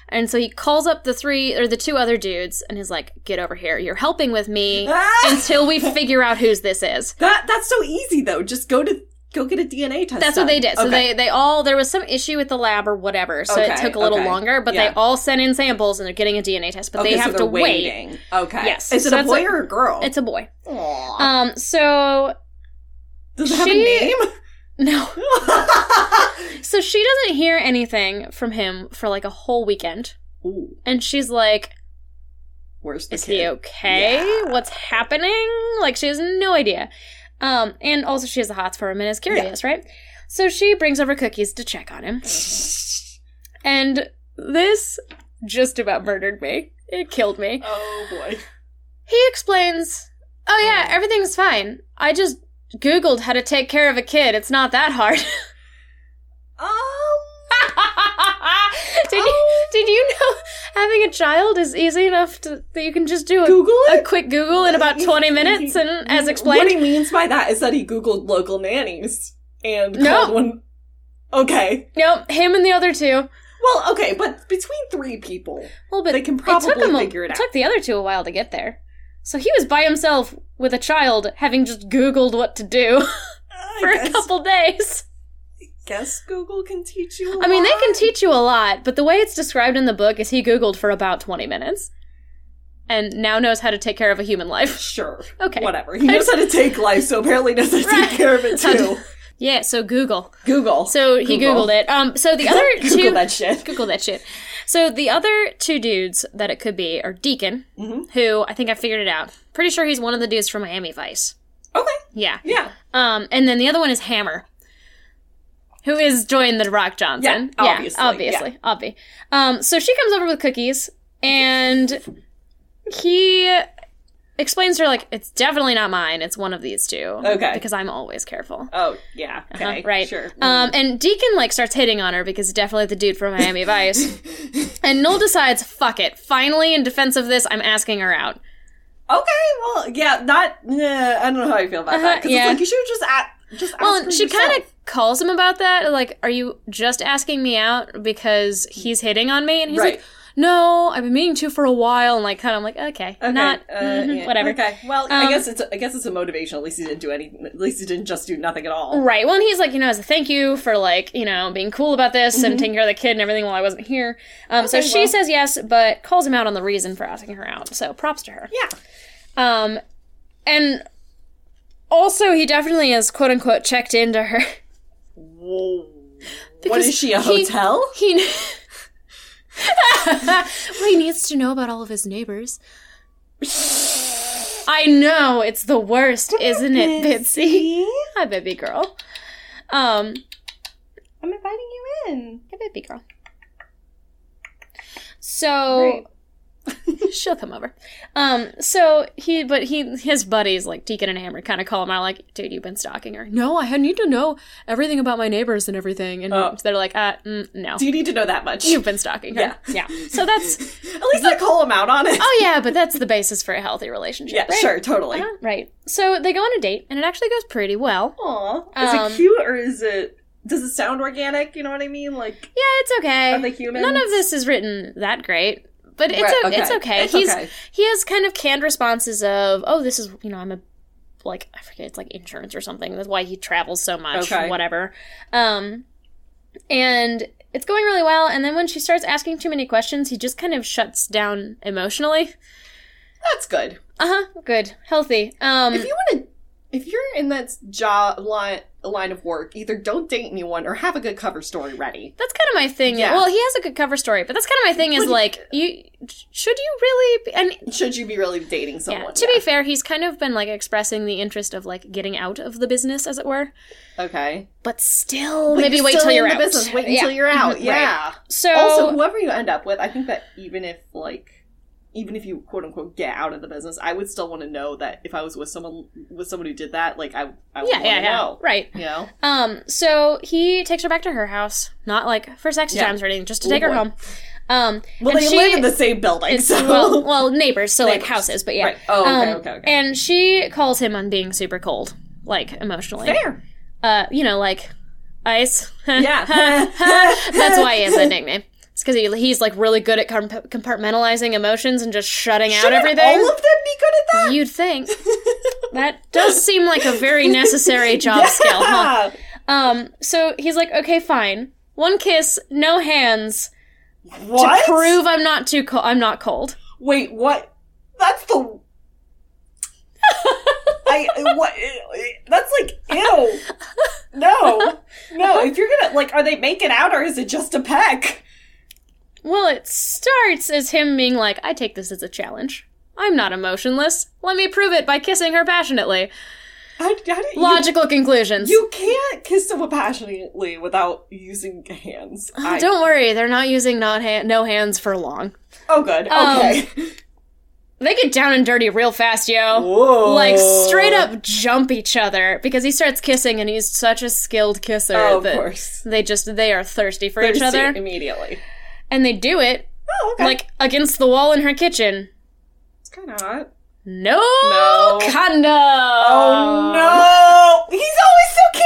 [SPEAKER 1] And so he calls up the three or the two other dudes and is like, get over here. You're helping with me
[SPEAKER 3] Ah!
[SPEAKER 1] until we figure out whose this is.
[SPEAKER 3] That that's so easy though. Just go to go get a DNA test.
[SPEAKER 1] That's what they did. So
[SPEAKER 3] Okay.
[SPEAKER 1] they they all there was some issue with the lab or whatever, so it
[SPEAKER 3] Okay,
[SPEAKER 1] took a little
[SPEAKER 3] okay.
[SPEAKER 1] longer. But
[SPEAKER 3] Yeah.
[SPEAKER 1] they all sent in samples and they're getting a DNA test, but
[SPEAKER 3] Okay,
[SPEAKER 1] they
[SPEAKER 3] so
[SPEAKER 1] have
[SPEAKER 3] they're
[SPEAKER 1] to wait.
[SPEAKER 3] waiting. Okay.
[SPEAKER 1] Yes.
[SPEAKER 3] Is it
[SPEAKER 1] So
[SPEAKER 3] a
[SPEAKER 1] it's
[SPEAKER 3] boy
[SPEAKER 1] a-
[SPEAKER 3] or a girl?
[SPEAKER 1] It's a boy.
[SPEAKER 3] Aw.
[SPEAKER 1] Um. So
[SPEAKER 3] Does it have
[SPEAKER 1] she-
[SPEAKER 3] a name?
[SPEAKER 1] no. So she doesn't hear anything from him for like a whole weekend,
[SPEAKER 3] Ooh,
[SPEAKER 1] and she's like,
[SPEAKER 3] where's the
[SPEAKER 1] "Is
[SPEAKER 3] kid?
[SPEAKER 1] he okay?
[SPEAKER 3] Yeah.
[SPEAKER 1] What's happening?" Like she has no idea. Um. And also she has the hots for him and is curious, right? So she brings over cookies to check on him. And this just about murdered me. It killed me.
[SPEAKER 3] Oh boy.
[SPEAKER 1] He explains, Oh, yeah, everything's fine. I just Googled how to take care of a kid. It's not that hard.
[SPEAKER 3] Um.
[SPEAKER 1] did,
[SPEAKER 3] Oh.
[SPEAKER 1] you, did you know having a child is easy enough to, that you can just do a,
[SPEAKER 3] Google
[SPEAKER 1] a
[SPEAKER 3] it.
[SPEAKER 1] quick Google in about 20 minutes and as
[SPEAKER 3] What
[SPEAKER 1] explained?
[SPEAKER 3] he means by that is that he googled local nannies and
[SPEAKER 1] No.
[SPEAKER 3] called one. Okay.
[SPEAKER 1] Nope, him and the other two.
[SPEAKER 3] Well, okay, but between three people,
[SPEAKER 1] Well, but
[SPEAKER 3] They can
[SPEAKER 1] took
[SPEAKER 3] probably
[SPEAKER 1] him a-
[SPEAKER 3] figure it out.
[SPEAKER 1] took the other two a while to get there. So he was by himself with a child, having just Googled what to do
[SPEAKER 3] I
[SPEAKER 1] for a
[SPEAKER 3] guess,
[SPEAKER 1] couple days.
[SPEAKER 3] guess Google can teach you. I
[SPEAKER 1] I mean, they can teach you a lot, but the way it's described in the book is he Googled for about 20 minutes and now knows how to take care of a human life.
[SPEAKER 3] Sure.
[SPEAKER 1] Okay.
[SPEAKER 3] Whatever. He knows how to take life, so apparently knows how to
[SPEAKER 1] Right.
[SPEAKER 3] take care of it
[SPEAKER 1] How to-
[SPEAKER 3] too.
[SPEAKER 1] Yeah, so Google.
[SPEAKER 3] Google.
[SPEAKER 1] So he
[SPEAKER 3] Google.
[SPEAKER 1] googled it. Um, so the other two
[SPEAKER 3] Google that shit.
[SPEAKER 1] Google that shit. So the other two dudes that it could be are Deacon, who I think I figured it out. Pretty sure he's one of the dudes from Miami Vice.
[SPEAKER 3] Okay.
[SPEAKER 1] Yeah.
[SPEAKER 3] Yeah.
[SPEAKER 1] Um, and then the other one is Hammer, who is joined the Rock Johnson.
[SPEAKER 3] Yeah, obviously,
[SPEAKER 1] obviously, obvi. Um, so she comes over with cookies, and he explains to her like it's definitely not mine. It's one of these two.
[SPEAKER 3] Okay.
[SPEAKER 1] because I'm always careful.
[SPEAKER 3] Oh yeah. Okay.
[SPEAKER 1] Uh-huh, right.
[SPEAKER 3] Sure.
[SPEAKER 1] Um, and Deacon like starts hitting on her because definitely the dude from Miami Vice. And Noel decides, fuck it. Finally, in defense of this, I'm asking her out.
[SPEAKER 3] Mm. okay. Well, yeah. Not. Nah, I don't know how I feel about that. Because
[SPEAKER 1] Uh-huh, yeah.
[SPEAKER 3] it's like you should have just at just.
[SPEAKER 1] Well,
[SPEAKER 3] asked her
[SPEAKER 1] and she
[SPEAKER 3] yourself.
[SPEAKER 1] kind of calls him about that. Like, are you just asking me out because he's hitting on me? And he's
[SPEAKER 3] Right.
[SPEAKER 1] like, no, I've been meaning to for a while. And like, kind of like, okay,
[SPEAKER 3] Okay,
[SPEAKER 1] not
[SPEAKER 3] uh,
[SPEAKER 1] mhm,
[SPEAKER 3] yeah,
[SPEAKER 1] whatever.
[SPEAKER 3] Okay. Well,
[SPEAKER 1] Um,
[SPEAKER 3] I guess it's I guess it's a motivation. At least he didn't do anything. At least he didn't just do nothing at all.
[SPEAKER 1] Right. Well, and he's like, you know, as a thank you for like, you know, being cool about this and taking care of the kid and everything while I wasn't here. Um, so
[SPEAKER 3] Mm-hmm. Okay,
[SPEAKER 1] she
[SPEAKER 3] well.
[SPEAKER 1] says yes, but calls him out on the reason for asking her out. So props to her.
[SPEAKER 3] Yeah.
[SPEAKER 1] Um, and also he definitely is quote unquote checked into her.
[SPEAKER 3] Whoa. What
[SPEAKER 1] Because
[SPEAKER 3] is she a
[SPEAKER 1] he-
[SPEAKER 3] hotel?
[SPEAKER 1] He
[SPEAKER 4] Well, he needs to know about all of his neighbors.
[SPEAKER 1] I know it's the worst, isn't it, Bitsy? Hi, baby girl. Um,
[SPEAKER 3] I'm inviting you in.
[SPEAKER 1] hi, baby girl. So she'll come over. Um, so he, but he, his buddies like Deacon and Hammer kind of call him out, like, dude, you've been stalking her. No, I need to know everything about my neighbors and everything. And
[SPEAKER 3] Oh.
[SPEAKER 1] they're like, uh, mm, no,
[SPEAKER 3] Do you need to know that much?
[SPEAKER 1] you've been stalking her.
[SPEAKER 3] Yeah.
[SPEAKER 1] yeah. So that's
[SPEAKER 3] At least I call him out on it.
[SPEAKER 1] Oh yeah, but that's the basis for a healthy relationship.
[SPEAKER 3] yeah.
[SPEAKER 1] right?
[SPEAKER 3] Sure. Totally.
[SPEAKER 1] Uh-huh, right. So they go on a date, and it actually goes pretty well.
[SPEAKER 3] Aw.
[SPEAKER 1] Um,
[SPEAKER 3] is it cute or is it? Does it sound organic? You know what I mean? Like
[SPEAKER 1] Yeah, it's okay.
[SPEAKER 3] are they humans?
[SPEAKER 1] None of this is written that great, but it's
[SPEAKER 3] Right,
[SPEAKER 1] o- it's okay.
[SPEAKER 3] It's
[SPEAKER 1] He's
[SPEAKER 3] okay.
[SPEAKER 1] he has kind of canned responses of, oh, this is you know I'm a like I forget it's like insurance or something. That's why he travels so much.
[SPEAKER 3] Okay.
[SPEAKER 1] Whatever. Um, and. It's going really well, and then when she starts asking too many questions, he just kind of shuts down emotionally.
[SPEAKER 3] That's good.
[SPEAKER 1] Uh huh. Good, healthy. Um,
[SPEAKER 3] If you want to, if you're in that job line line of work, either don't date anyone or have a good cover story ready.
[SPEAKER 1] That's kind of my thing.
[SPEAKER 3] Yeah.
[SPEAKER 1] Well, he has a good cover story, but that's kind of my thing. Is
[SPEAKER 3] Would you-
[SPEAKER 1] like you should you really? Be, and
[SPEAKER 3] Should you be really dating
[SPEAKER 1] yeah,
[SPEAKER 3] someone?
[SPEAKER 1] to be fair, he's kind of been like expressing the interest of like getting out of the business, as it were.
[SPEAKER 3] Okay.
[SPEAKER 1] But still,
[SPEAKER 3] But
[SPEAKER 1] maybe
[SPEAKER 3] you're
[SPEAKER 1] wait
[SPEAKER 3] still
[SPEAKER 1] till you're
[SPEAKER 3] in
[SPEAKER 1] out.
[SPEAKER 3] the business. Wait until
[SPEAKER 1] Yeah.
[SPEAKER 3] you're out.
[SPEAKER 1] Mhm,
[SPEAKER 3] Yeah.
[SPEAKER 1] right. So
[SPEAKER 3] Also, whoever you end up with, I think that even if like, even if you quote unquote get out of the business, I would still want to know that if I was with someone with someone who did that, like I, I would
[SPEAKER 1] yeah,
[SPEAKER 3] want
[SPEAKER 1] yeah,
[SPEAKER 3] to
[SPEAKER 1] yeah,
[SPEAKER 3] know.
[SPEAKER 1] right.
[SPEAKER 3] You know.
[SPEAKER 1] Um, so he takes her back to her house, not like for sexy
[SPEAKER 3] Yeah.
[SPEAKER 1] times or anything, just to
[SPEAKER 3] Ooh,
[SPEAKER 1] take her
[SPEAKER 3] boy.
[SPEAKER 1] home. Um,
[SPEAKER 3] Well,
[SPEAKER 1] and
[SPEAKER 3] they
[SPEAKER 1] she-
[SPEAKER 3] live in the same building,
[SPEAKER 1] It's-
[SPEAKER 3] so
[SPEAKER 1] well, well, neighbors, so like
[SPEAKER 3] Neighbors.
[SPEAKER 1] houses, but yeah.
[SPEAKER 3] Right. Oh, okay,
[SPEAKER 1] Um,
[SPEAKER 3] okay, okay.
[SPEAKER 1] And she calls him on being super cold, like emotionally.
[SPEAKER 3] fair.
[SPEAKER 1] uh, you know, like ice.
[SPEAKER 3] Yeah.
[SPEAKER 1] That's why he has that nickname. It's because he, he's like really good at com- compartmentalizing emotions and just shutting out
[SPEAKER 3] Shouldn't
[SPEAKER 1] everything.
[SPEAKER 3] all of them be good at that?
[SPEAKER 1] You'd think that does seem like a very necessary job skill. Huh?
[SPEAKER 3] Yeah.
[SPEAKER 1] Um, so he's like, okay, fine, one kiss, no hands
[SPEAKER 3] What?
[SPEAKER 1] to prove I'm not too cold. I'm not cold.
[SPEAKER 3] Wait, what? That's the. I what? That's like ew. No, no. If you're gonna like, are they making out or is it just a peck?
[SPEAKER 1] Well, it starts as him being like, I take this as a challenge. I'm not emotionless. Let me prove it by kissing her passionately.
[SPEAKER 3] How, how do you,
[SPEAKER 1] Logical conclusions.
[SPEAKER 3] You can't kiss someone passionately without using hands. I,
[SPEAKER 1] Oh, Don't worry, they're not using not ha- no hands for long.
[SPEAKER 3] Oh, good.
[SPEAKER 1] Um,
[SPEAKER 3] Okay.
[SPEAKER 1] They get down and dirty real fast, yo.
[SPEAKER 3] Whoa.
[SPEAKER 1] Like straight up jump each other because he starts kissing and he's such a skilled kisser
[SPEAKER 3] Oh, of
[SPEAKER 1] that
[SPEAKER 3] course.
[SPEAKER 1] they just they are thirsty for each
[SPEAKER 3] Thirsty
[SPEAKER 1] other
[SPEAKER 3] immediately.
[SPEAKER 1] and they do it
[SPEAKER 3] Oh, okay.
[SPEAKER 1] like against the wall in her kitchen.
[SPEAKER 3] it's kind of hot.
[SPEAKER 1] No,
[SPEAKER 3] No.
[SPEAKER 1] condom. uh,
[SPEAKER 3] Oh no! He's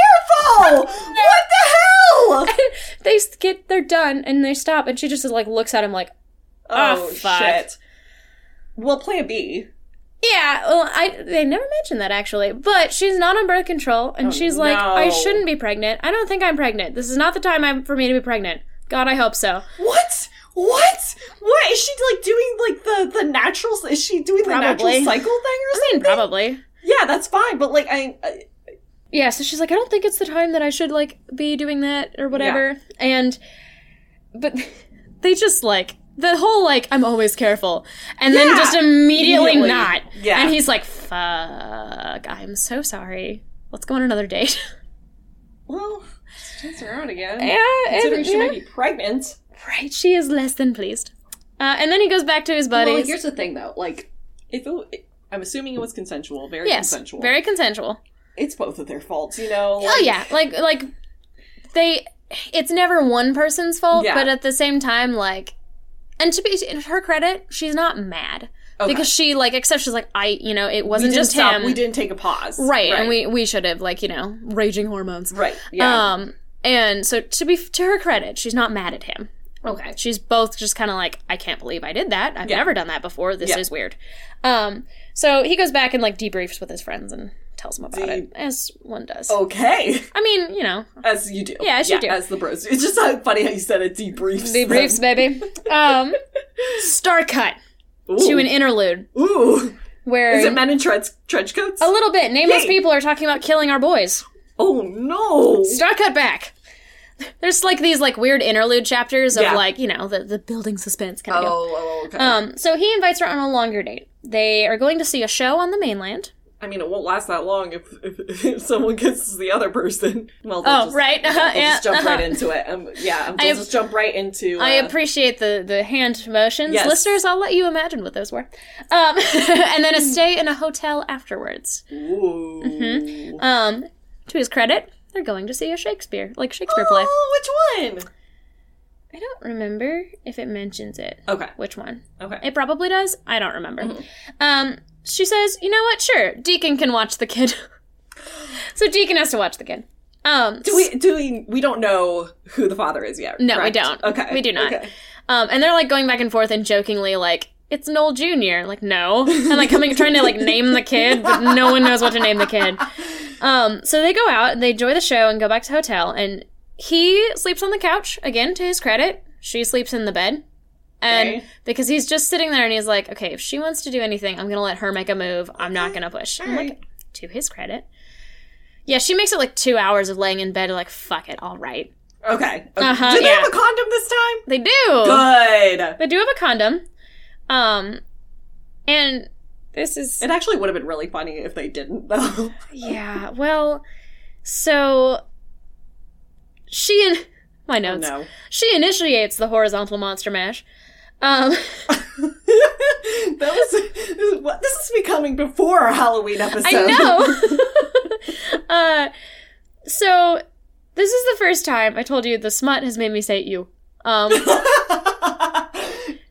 [SPEAKER 3] always so careful. What the hell?
[SPEAKER 1] They s- get they're done and they stop and she just like looks at him like
[SPEAKER 3] Oh,
[SPEAKER 1] Oh, fuck.
[SPEAKER 3] shit. Well, plan B.
[SPEAKER 1] Yeah, well, I they never mentioned that actually, but she's not on birth control, and she's like,
[SPEAKER 3] Oh, no.
[SPEAKER 1] I shouldn't be pregnant. I don't think I'm pregnant. This is not the time I'm, for me to be pregnant. God, I hope so.
[SPEAKER 3] What? What? What is she like doing? Like the the natural? Is she doing the natural
[SPEAKER 1] Probably.
[SPEAKER 3] cycle thing or
[SPEAKER 1] I mean,
[SPEAKER 3] something?
[SPEAKER 1] probably.
[SPEAKER 3] Yeah, that's fine. But like, I, I
[SPEAKER 1] yeah, so she's like, I don't think it's the time that I should like be doing that or whatever. And but they just like the whole like I'm always careful, and then
[SPEAKER 3] Yeah.
[SPEAKER 1] just immediately,
[SPEAKER 3] Immediately.
[SPEAKER 1] not.
[SPEAKER 3] Yeah.
[SPEAKER 1] And he's like, "Fuck, I'm so sorry. Let's go on another date."
[SPEAKER 3] Well, it's a chance around again.
[SPEAKER 1] yeah,
[SPEAKER 3] Considering
[SPEAKER 1] and-
[SPEAKER 3] she
[SPEAKER 1] yeah.
[SPEAKER 3] might be pregnant.
[SPEAKER 1] right. She is less than pleased. Uh, and then he goes back to his
[SPEAKER 3] Well,
[SPEAKER 1] buddies.
[SPEAKER 3] here's the thing, though. Like, if it, I'm assuming it was consensual, very
[SPEAKER 1] yes,
[SPEAKER 3] consensual.
[SPEAKER 1] very consensual.
[SPEAKER 3] it's both of their faults, you know.
[SPEAKER 1] Oh yeah, like like they. It's never one person's fault,
[SPEAKER 3] Yeah.
[SPEAKER 1] but at the same time, like, and to be in her credit, she's not mad
[SPEAKER 3] Okay.
[SPEAKER 1] because she like accepts. She's like, I, you know, it
[SPEAKER 3] we
[SPEAKER 1] wasn't
[SPEAKER 3] didn't
[SPEAKER 1] just
[SPEAKER 3] stop,
[SPEAKER 1] him,
[SPEAKER 3] We didn't take a pause.
[SPEAKER 1] right? And we we should have like you know raging hormones.
[SPEAKER 3] Right. Yeah.
[SPEAKER 1] Um, and so to be to her credit, she's not mad at him.
[SPEAKER 3] okay.
[SPEAKER 1] She's both just kind of like, I can't believe I did that. I've
[SPEAKER 3] Yeah.
[SPEAKER 1] never done that before. This
[SPEAKER 3] Yeah.
[SPEAKER 1] is weird. Um, so he goes back and like debriefs with his friends and tells them about
[SPEAKER 3] The- Oh.
[SPEAKER 1] it, as one does.
[SPEAKER 3] Okay.
[SPEAKER 1] I mean, you know,
[SPEAKER 3] As you do.
[SPEAKER 1] Yeah, as you do.
[SPEAKER 3] As the bros. do. It's just so funny how you said it debriefs.
[SPEAKER 1] Debriefs, baby. Um, star cut
[SPEAKER 3] Ooh.
[SPEAKER 1] to an interlude
[SPEAKER 3] Ooh.
[SPEAKER 1] where
[SPEAKER 3] Is it men in trench, trench coats?
[SPEAKER 1] a little bit nameless
[SPEAKER 3] Yay.
[SPEAKER 1] people are talking about killing our boys.
[SPEAKER 3] oh no.
[SPEAKER 1] Star cut back. There's like these like weird interlude chapters of
[SPEAKER 3] Yeah.
[SPEAKER 1] like you know the the building suspense kind of deal.
[SPEAKER 3] oh, okay.
[SPEAKER 1] Um, so he invites her on a longer date. They are going to see a show on the mainland.
[SPEAKER 3] I mean, it won't last that long if, if, if someone kisses the other person. Well, they'll
[SPEAKER 1] Oh,
[SPEAKER 3] just,
[SPEAKER 1] right. Uh-huh,
[SPEAKER 3] They'll just
[SPEAKER 1] yeah,
[SPEAKER 3] jump right
[SPEAKER 1] uh-huh.
[SPEAKER 3] into it. Um, yeah,
[SPEAKER 1] I
[SPEAKER 3] they'll
[SPEAKER 1] ap-
[SPEAKER 3] just jump right into. Uh,
[SPEAKER 1] I appreciate the the hand motions,
[SPEAKER 3] Yes.
[SPEAKER 1] listeners. I'll let you imagine what those were. Um, and then a stay in a hotel afterwards.
[SPEAKER 3] Ooh.
[SPEAKER 1] Mm-hmm. Um, to his credit, they're going to see a Shakespeare, like Shakespeare play.
[SPEAKER 3] Oh, which one?
[SPEAKER 1] I don't remember if it mentions it.
[SPEAKER 3] Okay.
[SPEAKER 1] Which one?
[SPEAKER 3] Okay.
[SPEAKER 1] It probably does. I don't remember.
[SPEAKER 3] Mm-hmm.
[SPEAKER 1] Um, she says, "You know what? Sure, Deacon can watch the kid." so Deacon has to watch the kid. Um,
[SPEAKER 3] Do we? Do we? We don't know who the father is yet.
[SPEAKER 1] No, we
[SPEAKER 3] correct?
[SPEAKER 1] don't.
[SPEAKER 3] Okay.
[SPEAKER 1] We do not.
[SPEAKER 3] Okay.
[SPEAKER 1] Um, and they're like going back and forth and jokingly like, it's Noel Jr. Like, no. And like coming trying to like name the kid, but no one knows what to name the kid. Um, so they go out and they enjoy the show and go back to hotel and he sleeps on the couch, again, to his credit. She sleeps in the bed. And
[SPEAKER 3] Okay.
[SPEAKER 1] because he's just sitting there and he's like, Okay, if she wants to do anything, I'm gonna let her make a move. I'm not gonna push. I'm like,
[SPEAKER 3] Alright.
[SPEAKER 1] to his credit. Yeah, she makes it like two hours of laying in bed, like, fuck it, all right.
[SPEAKER 3] Okay. okay.
[SPEAKER 1] Uh-huh,
[SPEAKER 3] Did they
[SPEAKER 1] yeah.
[SPEAKER 3] have a condom this time?
[SPEAKER 1] They do.
[SPEAKER 3] Good.
[SPEAKER 1] They do have a condom. Um, and this is
[SPEAKER 3] It actually would have been really funny if they didn't, though.
[SPEAKER 1] yeah. Well, so she and my notes.
[SPEAKER 3] Oh, no.
[SPEAKER 1] She initiates the horizontal monster mash. Um,
[SPEAKER 3] that was this is, what- this is becoming before our Halloween episode.
[SPEAKER 1] I know. uh, so this is the first time I told you the smut has made me say you. Um,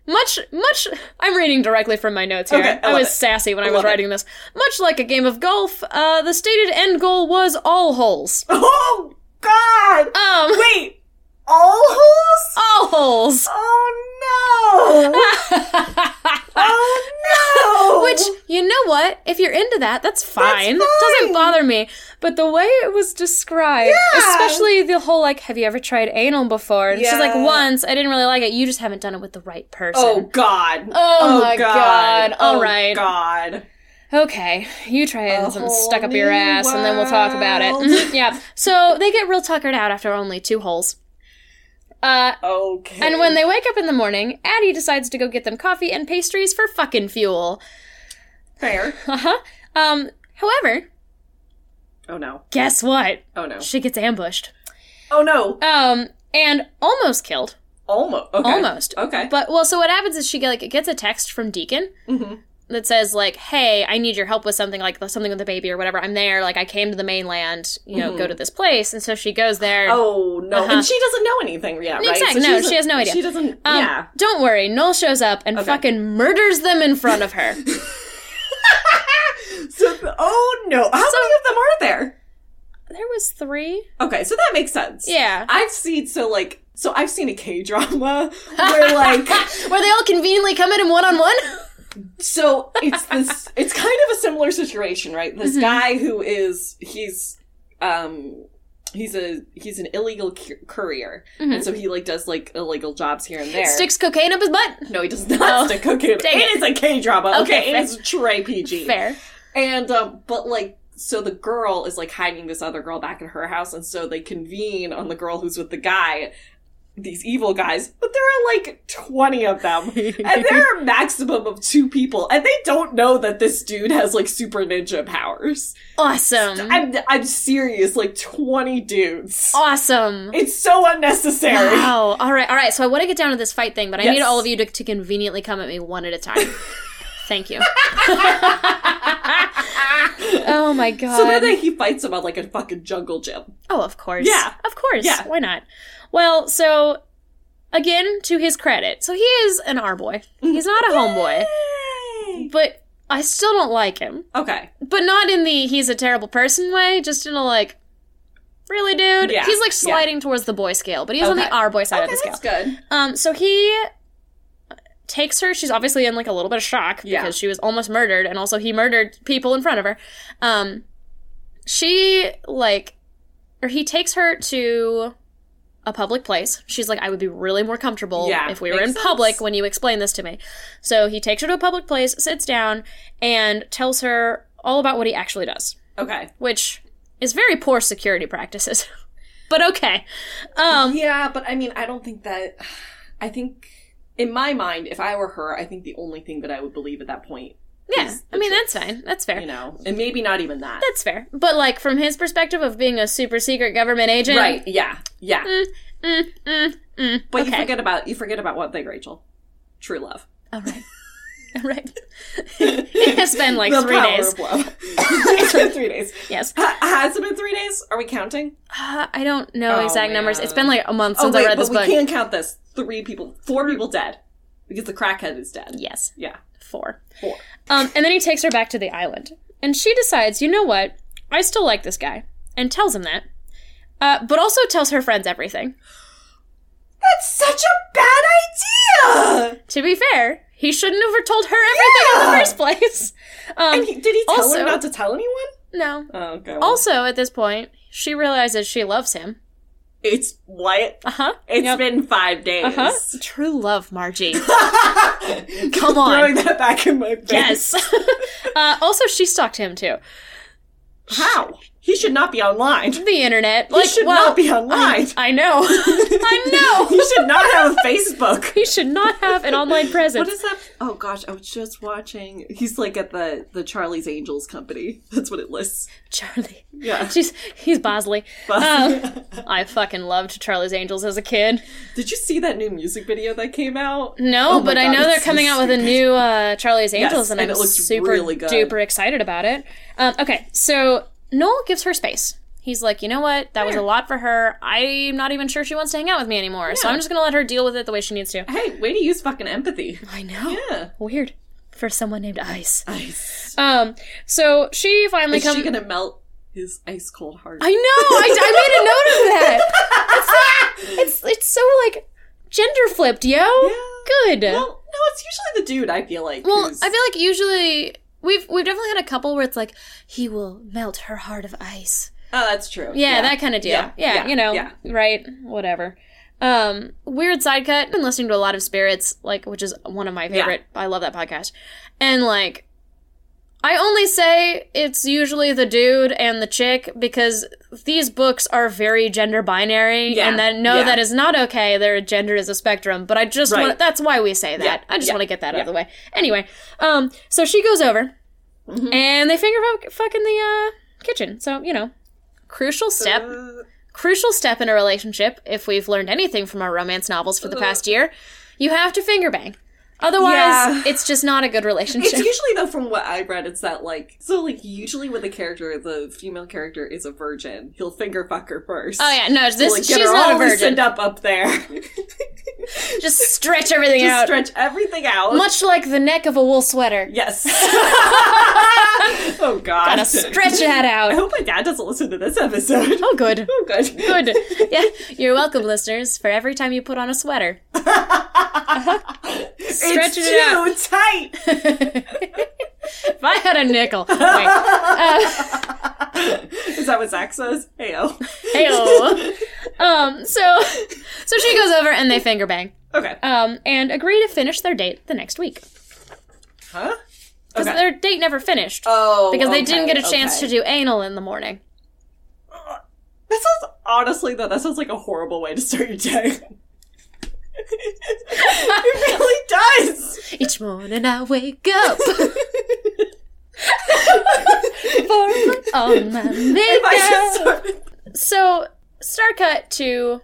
[SPEAKER 1] much, much. I'm reading directly from my notes here.
[SPEAKER 3] Okay, I
[SPEAKER 1] I,
[SPEAKER 3] love
[SPEAKER 1] was
[SPEAKER 3] it.
[SPEAKER 1] sassy when I, was
[SPEAKER 3] love it.
[SPEAKER 1] writing this. Much like a game of golf, uh, the stated end goal was all holes.
[SPEAKER 3] oh God!
[SPEAKER 1] Um,
[SPEAKER 3] Wait, all holes?
[SPEAKER 1] all holes.
[SPEAKER 3] Oh no! Oh no!
[SPEAKER 1] Which you know what? If you're into that, that's fine.
[SPEAKER 3] That's
[SPEAKER 1] That doesn't
[SPEAKER 3] fine.
[SPEAKER 1] bother me. But the way it was described,
[SPEAKER 3] Yeah.
[SPEAKER 1] especially the whole like, "Have you ever tried anal before?" And she's like,
[SPEAKER 3] Yeah.
[SPEAKER 1] "Once. I didn't really like it. You just haven't done it with the right person."
[SPEAKER 3] Oh God!
[SPEAKER 1] Oh, my God. All
[SPEAKER 3] All
[SPEAKER 1] right.
[SPEAKER 3] right. God!
[SPEAKER 1] Okay, you try it
[SPEAKER 3] A
[SPEAKER 1] and some
[SPEAKER 3] whole
[SPEAKER 1] stuck up your
[SPEAKER 3] new
[SPEAKER 1] ass, and then we'll talk about it.
[SPEAKER 3] world.
[SPEAKER 1] Mhm, yeah. So they get real tuckered out after only two holes. Uh,
[SPEAKER 3] Okay.
[SPEAKER 1] and when they wake up in the morning, Addie decides to go get them coffee and pastries for fucking fuel.
[SPEAKER 3] fair?
[SPEAKER 1] Uh huh. Um. However,
[SPEAKER 3] Oh no!
[SPEAKER 1] guess what?
[SPEAKER 3] Oh no!
[SPEAKER 1] She gets ambushed.
[SPEAKER 3] Oh no!
[SPEAKER 1] Um, and almost killed.
[SPEAKER 3] Almost. Okay.
[SPEAKER 1] Almost.
[SPEAKER 3] Okay.
[SPEAKER 1] But well, so what happens is she get, like gets a text from Deacon
[SPEAKER 3] Mhm.
[SPEAKER 1] that says like, "Hey, I need your help with something like something with the baby or whatever. I'm there. Like I came to the mainland. You know, go to this place." And so she goes there.
[SPEAKER 3] Oh no!
[SPEAKER 1] Uh-huh.
[SPEAKER 3] And she doesn't know anything yet, right?
[SPEAKER 1] Exactly.
[SPEAKER 3] So
[SPEAKER 1] No,
[SPEAKER 3] doesn't-
[SPEAKER 1] she has no idea.
[SPEAKER 3] She doesn't.
[SPEAKER 1] Um,
[SPEAKER 3] yeah.
[SPEAKER 1] Don't worry. Noel shows up and fucking murders them in front of her.
[SPEAKER 3] So, oh no! How many of them are there?
[SPEAKER 1] there was three.
[SPEAKER 3] Okay, so that makes sense.
[SPEAKER 1] Yeah.
[SPEAKER 3] I've seen so like so I've seen a K drama where like
[SPEAKER 1] Where they all conveniently come in one on one.
[SPEAKER 3] so it's this it's kind of a similar situation, right? This
[SPEAKER 1] Mm-hmm.
[SPEAKER 3] guy who is he's um he's a he's an illegal cu- courier, and so he like does like illegal jobs here and there.
[SPEAKER 1] Mm-hmm. Sticks cocaine up his butt.
[SPEAKER 3] no, he does not
[SPEAKER 1] Oh,
[SPEAKER 3] stick cocaine.
[SPEAKER 1] dang
[SPEAKER 3] it is a K drama.
[SPEAKER 1] Okay,
[SPEAKER 3] Okay,
[SPEAKER 1] fair.
[SPEAKER 3] it is a tray PG.
[SPEAKER 1] Fair.
[SPEAKER 3] And um, but like so the girl is like hiding this other girl back at her house, and so they convene on the girl who's with the guy, these evil guys, but there are like 20 of them, and there are a maximum of two people, and they don't know that this dude has like super ninja powers.
[SPEAKER 1] Awesome.
[SPEAKER 3] I'm, I'm serious, like 20 dudes.
[SPEAKER 1] Oh. awesome.
[SPEAKER 3] It's so unnecessary.
[SPEAKER 1] Wow. All right. All right. So I want to get down to this fight thing, but I need
[SPEAKER 3] Yes.
[SPEAKER 1] all of you to, to conveniently come at me one at a time. Thank you. oh my god.
[SPEAKER 3] So then he fights him on like a fucking jungle gym.
[SPEAKER 1] Oh, of course.
[SPEAKER 3] Yeah.
[SPEAKER 1] Of course.
[SPEAKER 3] Yeah.
[SPEAKER 1] Why not? Well, so again, to his credit, so he is an R boy.
[SPEAKER 3] Mm-hmm.
[SPEAKER 1] He's not a homeboy. But I still don't like him.
[SPEAKER 3] Okay.
[SPEAKER 1] But not in the he's a terrible person way, just in a like Really, dude?
[SPEAKER 3] Yeah.
[SPEAKER 1] He's like
[SPEAKER 3] Yeah.
[SPEAKER 1] sliding towards the boy scale, but he's on
[SPEAKER 3] Okay.
[SPEAKER 1] the R boy side of
[SPEAKER 3] Okay,
[SPEAKER 1] the scale.
[SPEAKER 3] that's good.
[SPEAKER 1] Um, so he takes her. She's obviously in like a little bit of shock
[SPEAKER 3] Yeah.
[SPEAKER 1] because she was almost murdered, and also he murdered people in front of her. Um, she like, or he takes her to a public place. She's like, I would be really more comfortable
[SPEAKER 3] Yeah,
[SPEAKER 1] if we were
[SPEAKER 3] makes
[SPEAKER 1] in public
[SPEAKER 3] sense.
[SPEAKER 1] when you explain this to me. So he takes her to a public place, sits down, and tells her all about what he actually does,
[SPEAKER 3] Okay.
[SPEAKER 1] which is very poor security practices. but okay. Um,
[SPEAKER 3] Yeah, but I mean, I don't think that. I think, in my mind, if I were her, I think the only thing that I would believe at that point,
[SPEAKER 1] yeah,
[SPEAKER 3] Is the
[SPEAKER 1] I mean
[SPEAKER 3] truth.
[SPEAKER 1] that's fine. That's fair.
[SPEAKER 3] you know, and maybe not even that.
[SPEAKER 1] That's fair. But like from his perspective of being a super secret government agent,
[SPEAKER 3] Right? Yeah, yeah.
[SPEAKER 1] Mm, mm, mm.
[SPEAKER 3] But you
[SPEAKER 1] okay.
[SPEAKER 3] forget about you forget about one thing, Rachel. True love.
[SPEAKER 1] All right. All right. it has been like
[SPEAKER 3] The
[SPEAKER 1] three
[SPEAKER 3] power
[SPEAKER 1] days.
[SPEAKER 3] of love. it's been three days.
[SPEAKER 1] Yes.
[SPEAKER 3] Ha- has it been three days? Are we counting?
[SPEAKER 1] Uh, I don't know
[SPEAKER 3] Oh,
[SPEAKER 1] exact numbers.
[SPEAKER 3] man.
[SPEAKER 1] It's been like a month
[SPEAKER 3] oh
[SPEAKER 1] since
[SPEAKER 3] wait,
[SPEAKER 1] I read
[SPEAKER 3] but
[SPEAKER 1] this book.
[SPEAKER 3] we can count this. Three people, four people dead because the crackhead is dead.
[SPEAKER 1] Yes,
[SPEAKER 3] Yeah.
[SPEAKER 1] four.
[SPEAKER 3] Four.
[SPEAKER 1] Um, and then he takes her back to the island. And she decides, you know what? I still like this guy. And tells him that. Uh, but also tells her friends everything.
[SPEAKER 3] That's such a bad idea.
[SPEAKER 1] To be fair, he shouldn't have told her everything in the
[SPEAKER 3] Yeah.
[SPEAKER 1] first place. Um,
[SPEAKER 3] And he, did he tell
[SPEAKER 1] Also-
[SPEAKER 3] her not to tell anyone?
[SPEAKER 1] no.
[SPEAKER 3] Oh, okay. well,
[SPEAKER 1] Also, at this point, she realizes she loves him.
[SPEAKER 3] it's what?
[SPEAKER 1] Uh huh.
[SPEAKER 3] It's
[SPEAKER 1] Yep.
[SPEAKER 3] been five days.
[SPEAKER 1] Uh huh. True love, Margie.
[SPEAKER 3] Come
[SPEAKER 1] on.
[SPEAKER 3] Throwing that back in my face.
[SPEAKER 1] yes. uh, also, she stalked him too.
[SPEAKER 3] How? He should not be online.
[SPEAKER 1] The internet. Like,
[SPEAKER 3] he should
[SPEAKER 1] well,
[SPEAKER 3] not be online.
[SPEAKER 1] I know. I know.
[SPEAKER 3] he should not have a Facebook.
[SPEAKER 1] He should not have an online presence.
[SPEAKER 3] What is that? Oh gosh, I was just watching. He's like at the the Charlie's Angels company. That's what it lists.
[SPEAKER 1] Charlie.
[SPEAKER 3] Yeah.
[SPEAKER 1] She's he's Bosley.
[SPEAKER 3] Bosley.
[SPEAKER 1] Um, I fucking loved Charlie's Angels as a kid.
[SPEAKER 3] Did you see that new music video that came out?
[SPEAKER 1] No,
[SPEAKER 3] Oh my
[SPEAKER 1] but I
[SPEAKER 3] God,
[SPEAKER 1] know
[SPEAKER 3] it's
[SPEAKER 1] they're
[SPEAKER 3] so
[SPEAKER 1] coming out with a new uh, Charlie's Angels,
[SPEAKER 3] Yes,
[SPEAKER 1] and,
[SPEAKER 3] and
[SPEAKER 1] I'm
[SPEAKER 3] it looks
[SPEAKER 1] super
[SPEAKER 3] really good.
[SPEAKER 1] duper excited about it. Um, okay, so Noel gives her space. He's like, you know what? That was a lot for her. I'm not even sure she wants to hang out with me anymore. So
[SPEAKER 3] Yeah.
[SPEAKER 1] I'm just gonna let her deal with it the way she needs to.
[SPEAKER 3] Hey, way to use fucking empathy.
[SPEAKER 1] I know.
[SPEAKER 3] Yeah.
[SPEAKER 1] Weird for someone named Ice.
[SPEAKER 3] Ice.
[SPEAKER 1] Um. So she finally
[SPEAKER 3] Is
[SPEAKER 1] comes.
[SPEAKER 3] she gonna melt his ice cold heart?
[SPEAKER 1] I know. I, I made a note of that. It's like, it's it's so like gender flipped, yo. Good.
[SPEAKER 3] Well, no, it's usually the dude. I feel like.
[SPEAKER 1] Well,
[SPEAKER 3] who's-
[SPEAKER 1] I feel like usually we've we've definitely had a couple where it's like he will melt her heart of ice.
[SPEAKER 3] Oh, that's true.
[SPEAKER 1] Yeah, that kind of deal. Yeah,
[SPEAKER 3] Yeah. Yeah.
[SPEAKER 1] you know,
[SPEAKER 3] Yeah.
[SPEAKER 1] right? Whatever. Um, weird side cut. I've been listening to a lot of Spirits, like which is one of my
[SPEAKER 3] Yeah.
[SPEAKER 1] favorite. I love that podcast. And like, I only say it's usually the dude and the chick because these books are very gender binary,
[SPEAKER 3] Yeah.
[SPEAKER 1] and that no,
[SPEAKER 3] Yeah.
[SPEAKER 1] that is not okay. Their gender is a spectrum, but I just
[SPEAKER 3] Right.
[SPEAKER 1] want that's why we say that.
[SPEAKER 3] Yeah.
[SPEAKER 1] I just
[SPEAKER 3] Yeah.
[SPEAKER 1] want to get that out of
[SPEAKER 3] Yeah.
[SPEAKER 1] the way. Anyway, um, so she goes over,
[SPEAKER 3] Mhm.
[SPEAKER 1] and they finger fuck, fuck in the uh, kitchen. So you know, crucial step
[SPEAKER 3] Uh,
[SPEAKER 1] crucial step in a relationship, if we've learned anything from our romance novels for the
[SPEAKER 3] Uh.
[SPEAKER 1] past year, you have to finger bang. Otherwise,
[SPEAKER 3] Yeah.
[SPEAKER 1] it's just not a good
[SPEAKER 3] It's
[SPEAKER 1] relationship.
[SPEAKER 3] usually though, from what I read, it's that like so like usually when the character, the female character, is a virgin, he'll finger fuck her first.
[SPEAKER 1] oh yeah, no,
[SPEAKER 3] To,
[SPEAKER 1] this
[SPEAKER 3] like, get
[SPEAKER 1] she's
[SPEAKER 3] her
[SPEAKER 1] not a
[SPEAKER 3] all loosened
[SPEAKER 1] virgin.
[SPEAKER 3] up up there.
[SPEAKER 1] Just stretch everything
[SPEAKER 3] Just
[SPEAKER 1] out,
[SPEAKER 3] stretch everything out.
[SPEAKER 1] much like the neck of a wool sweater.
[SPEAKER 3] yes. oh god.
[SPEAKER 1] Gotta stretch that
[SPEAKER 3] I
[SPEAKER 1] out.
[SPEAKER 3] hope my dad doesn't listen to this episode.
[SPEAKER 1] Oh, good.
[SPEAKER 3] Oh, good.
[SPEAKER 1] Good. Yeah, you're welcome, listeners, for every time you put on a sweater.
[SPEAKER 3] It's
[SPEAKER 1] Stretching
[SPEAKER 3] too
[SPEAKER 1] it out.
[SPEAKER 3] tight.
[SPEAKER 1] If I had a nickel. Wait.
[SPEAKER 3] Is that what Zach says? Heyo.
[SPEAKER 1] Heyo. Um, so, so she goes over and they finger bang.
[SPEAKER 3] Okay.
[SPEAKER 1] Um, and agree to finish their date the next week.
[SPEAKER 3] Huh?
[SPEAKER 1] because
[SPEAKER 3] Okay.
[SPEAKER 1] their date never finished
[SPEAKER 3] Oh,
[SPEAKER 1] because they didn't
[SPEAKER 3] okay,
[SPEAKER 1] get a chance
[SPEAKER 3] okay.
[SPEAKER 1] to do anal in the morning.
[SPEAKER 3] That sounds honestly though. That sounds like a horrible way to start your day. it really does.
[SPEAKER 1] Each morning I wake up on my
[SPEAKER 3] If I just
[SPEAKER 1] makeup.
[SPEAKER 3] started-
[SPEAKER 1] So, star cut to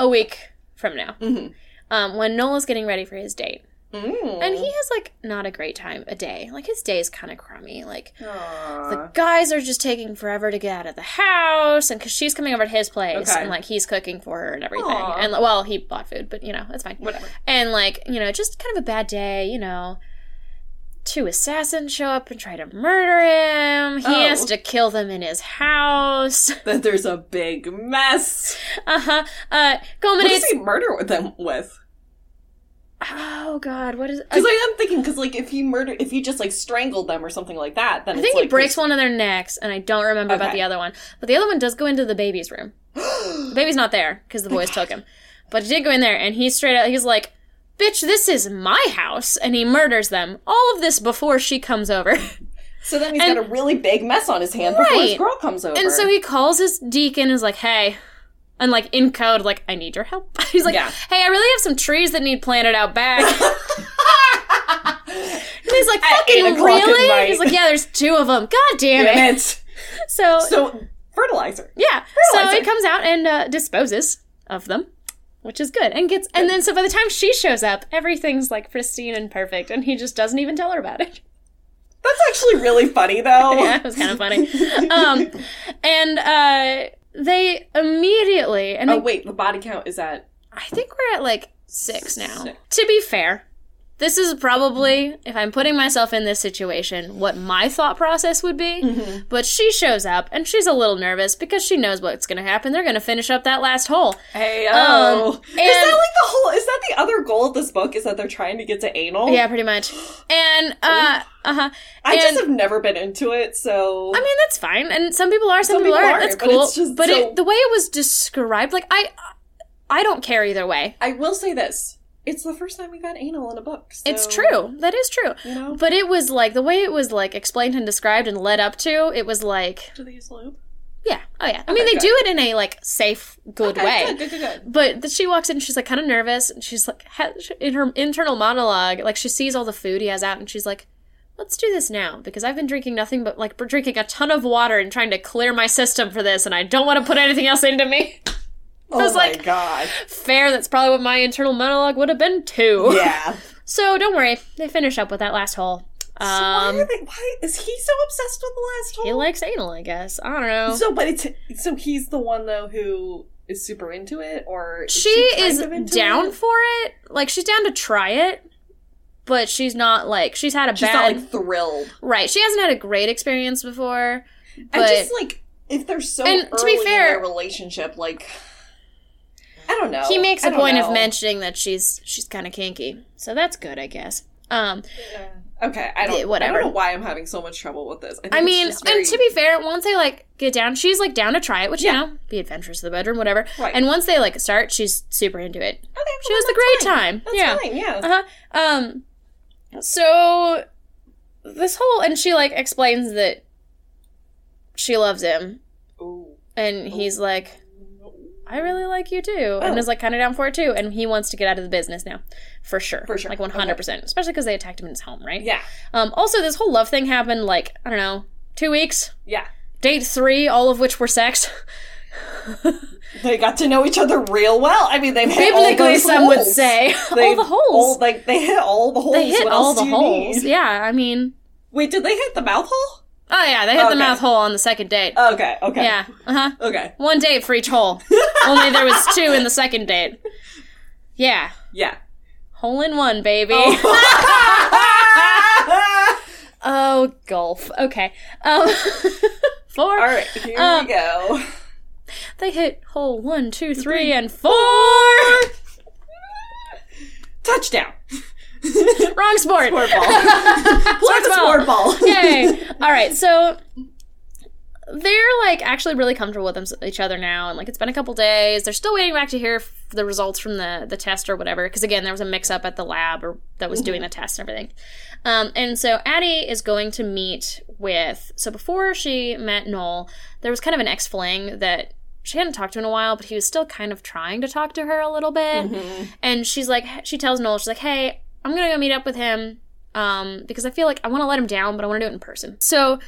[SPEAKER 1] a week from now,
[SPEAKER 3] Mhm.
[SPEAKER 1] um, when Nola's getting ready for his date,
[SPEAKER 3] Mm.
[SPEAKER 1] and he has like not a great time a day. Like his day is kind of crummy. Like the
[SPEAKER 3] Aw.
[SPEAKER 1] guys are just taking forever to get out of the house, and because she's coming over to his place,
[SPEAKER 3] Okay.
[SPEAKER 1] and like he's cooking for her and everything.
[SPEAKER 3] Aw.
[SPEAKER 1] And well, he bought food, but you know it's fine.
[SPEAKER 3] Whatever.
[SPEAKER 1] And like, you know, just kind of a bad day, you know. Two assassins show up and try to murder him. He
[SPEAKER 3] Oh.
[SPEAKER 1] has to kill them in his house.
[SPEAKER 3] That there's a big mess.
[SPEAKER 1] Uh-huh. Uh
[SPEAKER 3] What does
[SPEAKER 1] culminates
[SPEAKER 3] he murder with them with?
[SPEAKER 1] Oh god, what is
[SPEAKER 3] Because
[SPEAKER 1] I,
[SPEAKER 3] I am thinking, because like if he murder, if he just like strangled them or something like that, then
[SPEAKER 1] I think
[SPEAKER 3] it's,
[SPEAKER 1] he
[SPEAKER 3] like,
[SPEAKER 1] breaks one of their necks and I don't remember about
[SPEAKER 3] Okay.
[SPEAKER 1] the other one. But the other one does go into the baby's room. The baby's not there because the boys took him. But he did go in there and he's straight out he's like, Bitch, this is my house and he murders them. All of this before she comes over.
[SPEAKER 3] So then he's
[SPEAKER 1] and-
[SPEAKER 3] got a really big mess on his hand before his
[SPEAKER 1] Right.
[SPEAKER 3] girl comes over.
[SPEAKER 1] And so he calls his deacon and is like, hey, and like in code, like, I need your help. He's like,
[SPEAKER 3] Yeah.
[SPEAKER 1] hey, I really have some trees that need planted out back. and he's like,
[SPEAKER 3] At eight
[SPEAKER 1] fucking
[SPEAKER 3] o'clock at night.
[SPEAKER 1] really? He's like, yeah, there's two of them. God damn it.
[SPEAKER 3] Damn it.
[SPEAKER 1] So,
[SPEAKER 3] So fertilizer.
[SPEAKER 1] yeah. So
[SPEAKER 3] fertilizer.
[SPEAKER 1] he comes out and uh, disposes of them. Which is good, and gets, and then so by the time she shows up, everything's like pristine and perfect, and he just doesn't even tell her about it.
[SPEAKER 3] That's actually really funny though.
[SPEAKER 1] yeah, it was kind of funny. Um, and uh, they immediately, and
[SPEAKER 3] Oh
[SPEAKER 1] I-
[SPEAKER 3] wait, the body count is at
[SPEAKER 1] I think we're at like six now.
[SPEAKER 3] Six.
[SPEAKER 1] To be fair, this is probably, if I'm putting myself in this situation, what my thought process would be.
[SPEAKER 3] Mm-hmm.
[SPEAKER 1] But she shows up and she's a little nervous because she knows what's going to happen. They're going to finish up that last hole.
[SPEAKER 3] hey oh.
[SPEAKER 1] Um,
[SPEAKER 3] is that
[SPEAKER 1] and-
[SPEAKER 3] like the whole? Is that the other goal of this book? Is that they're trying to get to anal?
[SPEAKER 1] Yeah, pretty much. And, uh, uh huh.
[SPEAKER 3] I
[SPEAKER 1] and-
[SPEAKER 3] just have never been into it, so
[SPEAKER 1] I mean, that's fine. And some people are, some,
[SPEAKER 3] Some
[SPEAKER 1] people,
[SPEAKER 3] people
[SPEAKER 1] aren't.
[SPEAKER 3] aren't,
[SPEAKER 1] That's
[SPEAKER 3] but
[SPEAKER 1] cool.
[SPEAKER 3] it's just
[SPEAKER 1] but
[SPEAKER 3] so-
[SPEAKER 1] it, the way it was described, like, I. I don't care either way.
[SPEAKER 3] I will say this: it's the first time we've had anal in a book. so,
[SPEAKER 1] It's true. That is true.
[SPEAKER 3] You know,
[SPEAKER 1] But it was like the way it was like explained and described and led up to, it was like
[SPEAKER 3] do they use lube?
[SPEAKER 1] Yeah. Oh yeah. I mean,
[SPEAKER 3] Okay,
[SPEAKER 1] they
[SPEAKER 3] good.
[SPEAKER 1] do it in a like safe, good
[SPEAKER 3] Okay,
[SPEAKER 1] way.
[SPEAKER 3] Good, good, good, good.
[SPEAKER 1] But th- she walks in, she's like kind of nervous, and she's like ha- in her internal monologue, like she sees all the food he has out, and she's like, "Let's do this now because I've been drinking nothing but like drinking a ton of water and trying to clear my system for this, and I don't want to put anything else into me."
[SPEAKER 3] Oh
[SPEAKER 1] was
[SPEAKER 3] my
[SPEAKER 1] like-
[SPEAKER 3] god!
[SPEAKER 1] Fair. That's probably what my internal monologue would have been too.
[SPEAKER 3] Yeah.
[SPEAKER 1] So don't worry, they finish up with that last hole.
[SPEAKER 3] so why, are
[SPEAKER 1] Um,
[SPEAKER 3] they, why is he so obsessed with the last hole?
[SPEAKER 1] he likes anal, I guess. I don't know.
[SPEAKER 3] So, but it's so he's the one though who is super into it, or is
[SPEAKER 1] she
[SPEAKER 3] kind
[SPEAKER 1] is
[SPEAKER 3] of into
[SPEAKER 1] down
[SPEAKER 3] It?
[SPEAKER 1] for it. Like she's down to try it, but she's not like she's had a
[SPEAKER 3] She's
[SPEAKER 1] bad
[SPEAKER 3] not like thrilled.
[SPEAKER 1] right. She hasn't had a great experience before.
[SPEAKER 3] I
[SPEAKER 1] But
[SPEAKER 3] just like if they're so
[SPEAKER 1] And
[SPEAKER 3] early
[SPEAKER 1] to be fair-
[SPEAKER 3] in their relationship, like I don't know.
[SPEAKER 1] he makes
[SPEAKER 3] I
[SPEAKER 1] a
[SPEAKER 3] don't
[SPEAKER 1] point of
[SPEAKER 3] know.
[SPEAKER 1] mentioning that she's she's kind of kinky, so that's good, I guess. Um,
[SPEAKER 3] Uh, Okay, I don't.
[SPEAKER 1] Yeah, whatever.
[SPEAKER 3] I don't know why I'm having so much trouble with this. think
[SPEAKER 1] I
[SPEAKER 3] it's
[SPEAKER 1] mean,
[SPEAKER 3] just very-
[SPEAKER 1] and to be fair, once they like get down, she's like down to try it, which
[SPEAKER 3] Yeah.
[SPEAKER 1] you know, be adventurous to the bedroom, whatever.
[SPEAKER 3] Right.
[SPEAKER 1] And once they like start, she's super into it.
[SPEAKER 3] okay, well,
[SPEAKER 1] She has a
[SPEAKER 3] that's
[SPEAKER 1] great
[SPEAKER 3] fine.
[SPEAKER 1] time.
[SPEAKER 3] That's
[SPEAKER 1] yeah.
[SPEAKER 3] fine. Yeah.
[SPEAKER 1] Uh-huh. Um so this whole and she like explains that she loves him
[SPEAKER 3] Ooh.
[SPEAKER 1] and he's like I really like you too and
[SPEAKER 3] Oh.
[SPEAKER 1] is like kind of down for it too and he wants to get out of the business now for sure
[SPEAKER 3] For sure.
[SPEAKER 1] like 100% especially cuz they attacked him in his home right
[SPEAKER 3] Yeah.
[SPEAKER 1] um also this whole love thing happened like I don't know 2 weeks
[SPEAKER 3] Yeah.
[SPEAKER 1] date 3 all of which were sex
[SPEAKER 3] They got to know each other real well. I mean, they've hit all
[SPEAKER 1] biblically
[SPEAKER 3] those
[SPEAKER 1] some would
[SPEAKER 3] holes.
[SPEAKER 1] say all
[SPEAKER 3] They've
[SPEAKER 1] the holes
[SPEAKER 3] all- like they hit all the holes.
[SPEAKER 1] they hit
[SPEAKER 3] What
[SPEAKER 1] all
[SPEAKER 3] else
[SPEAKER 1] the
[SPEAKER 3] do you
[SPEAKER 1] holes
[SPEAKER 3] need?
[SPEAKER 1] yeah i mean
[SPEAKER 3] Wait, did they hit the mouth hole?
[SPEAKER 1] Oh yeah, they hit the
[SPEAKER 3] Okay.
[SPEAKER 1] mouth hole on the second date.
[SPEAKER 3] Okay, okay.
[SPEAKER 1] yeah, uh huh.
[SPEAKER 3] Okay.
[SPEAKER 1] One date for each hole. Only there was two in the second date. Yeah,
[SPEAKER 3] Yeah.
[SPEAKER 1] hole in one, baby. Oh,
[SPEAKER 3] Ah!
[SPEAKER 1] Oh, golf. Okay. Um, four.
[SPEAKER 3] All right, here
[SPEAKER 1] Um,
[SPEAKER 3] we go.
[SPEAKER 1] They hit hole one, two, three, and four.
[SPEAKER 3] Touchdown.
[SPEAKER 1] Wrong sport.
[SPEAKER 3] Sport ball. Play the
[SPEAKER 1] ball.
[SPEAKER 3] sport ball.
[SPEAKER 1] Yay! All right, so they're like actually really comfortable with them, each other now, and like it's been a couple days. They're still waiting back to hear f- the results from the the test or whatever, because again there was a mix up at the lab or that was doing the test and everything. Um, and so Addie is going to meet with. So before she met Noel, there was kind of an ex fling that she hadn't talked to in a while, but he was still kind of trying to talk to her a little bit. And she's like, she tells Noel, she's like, hey, I'm gonna go meet up with him um, because I feel like I want to let him down, but I want to do it in person. So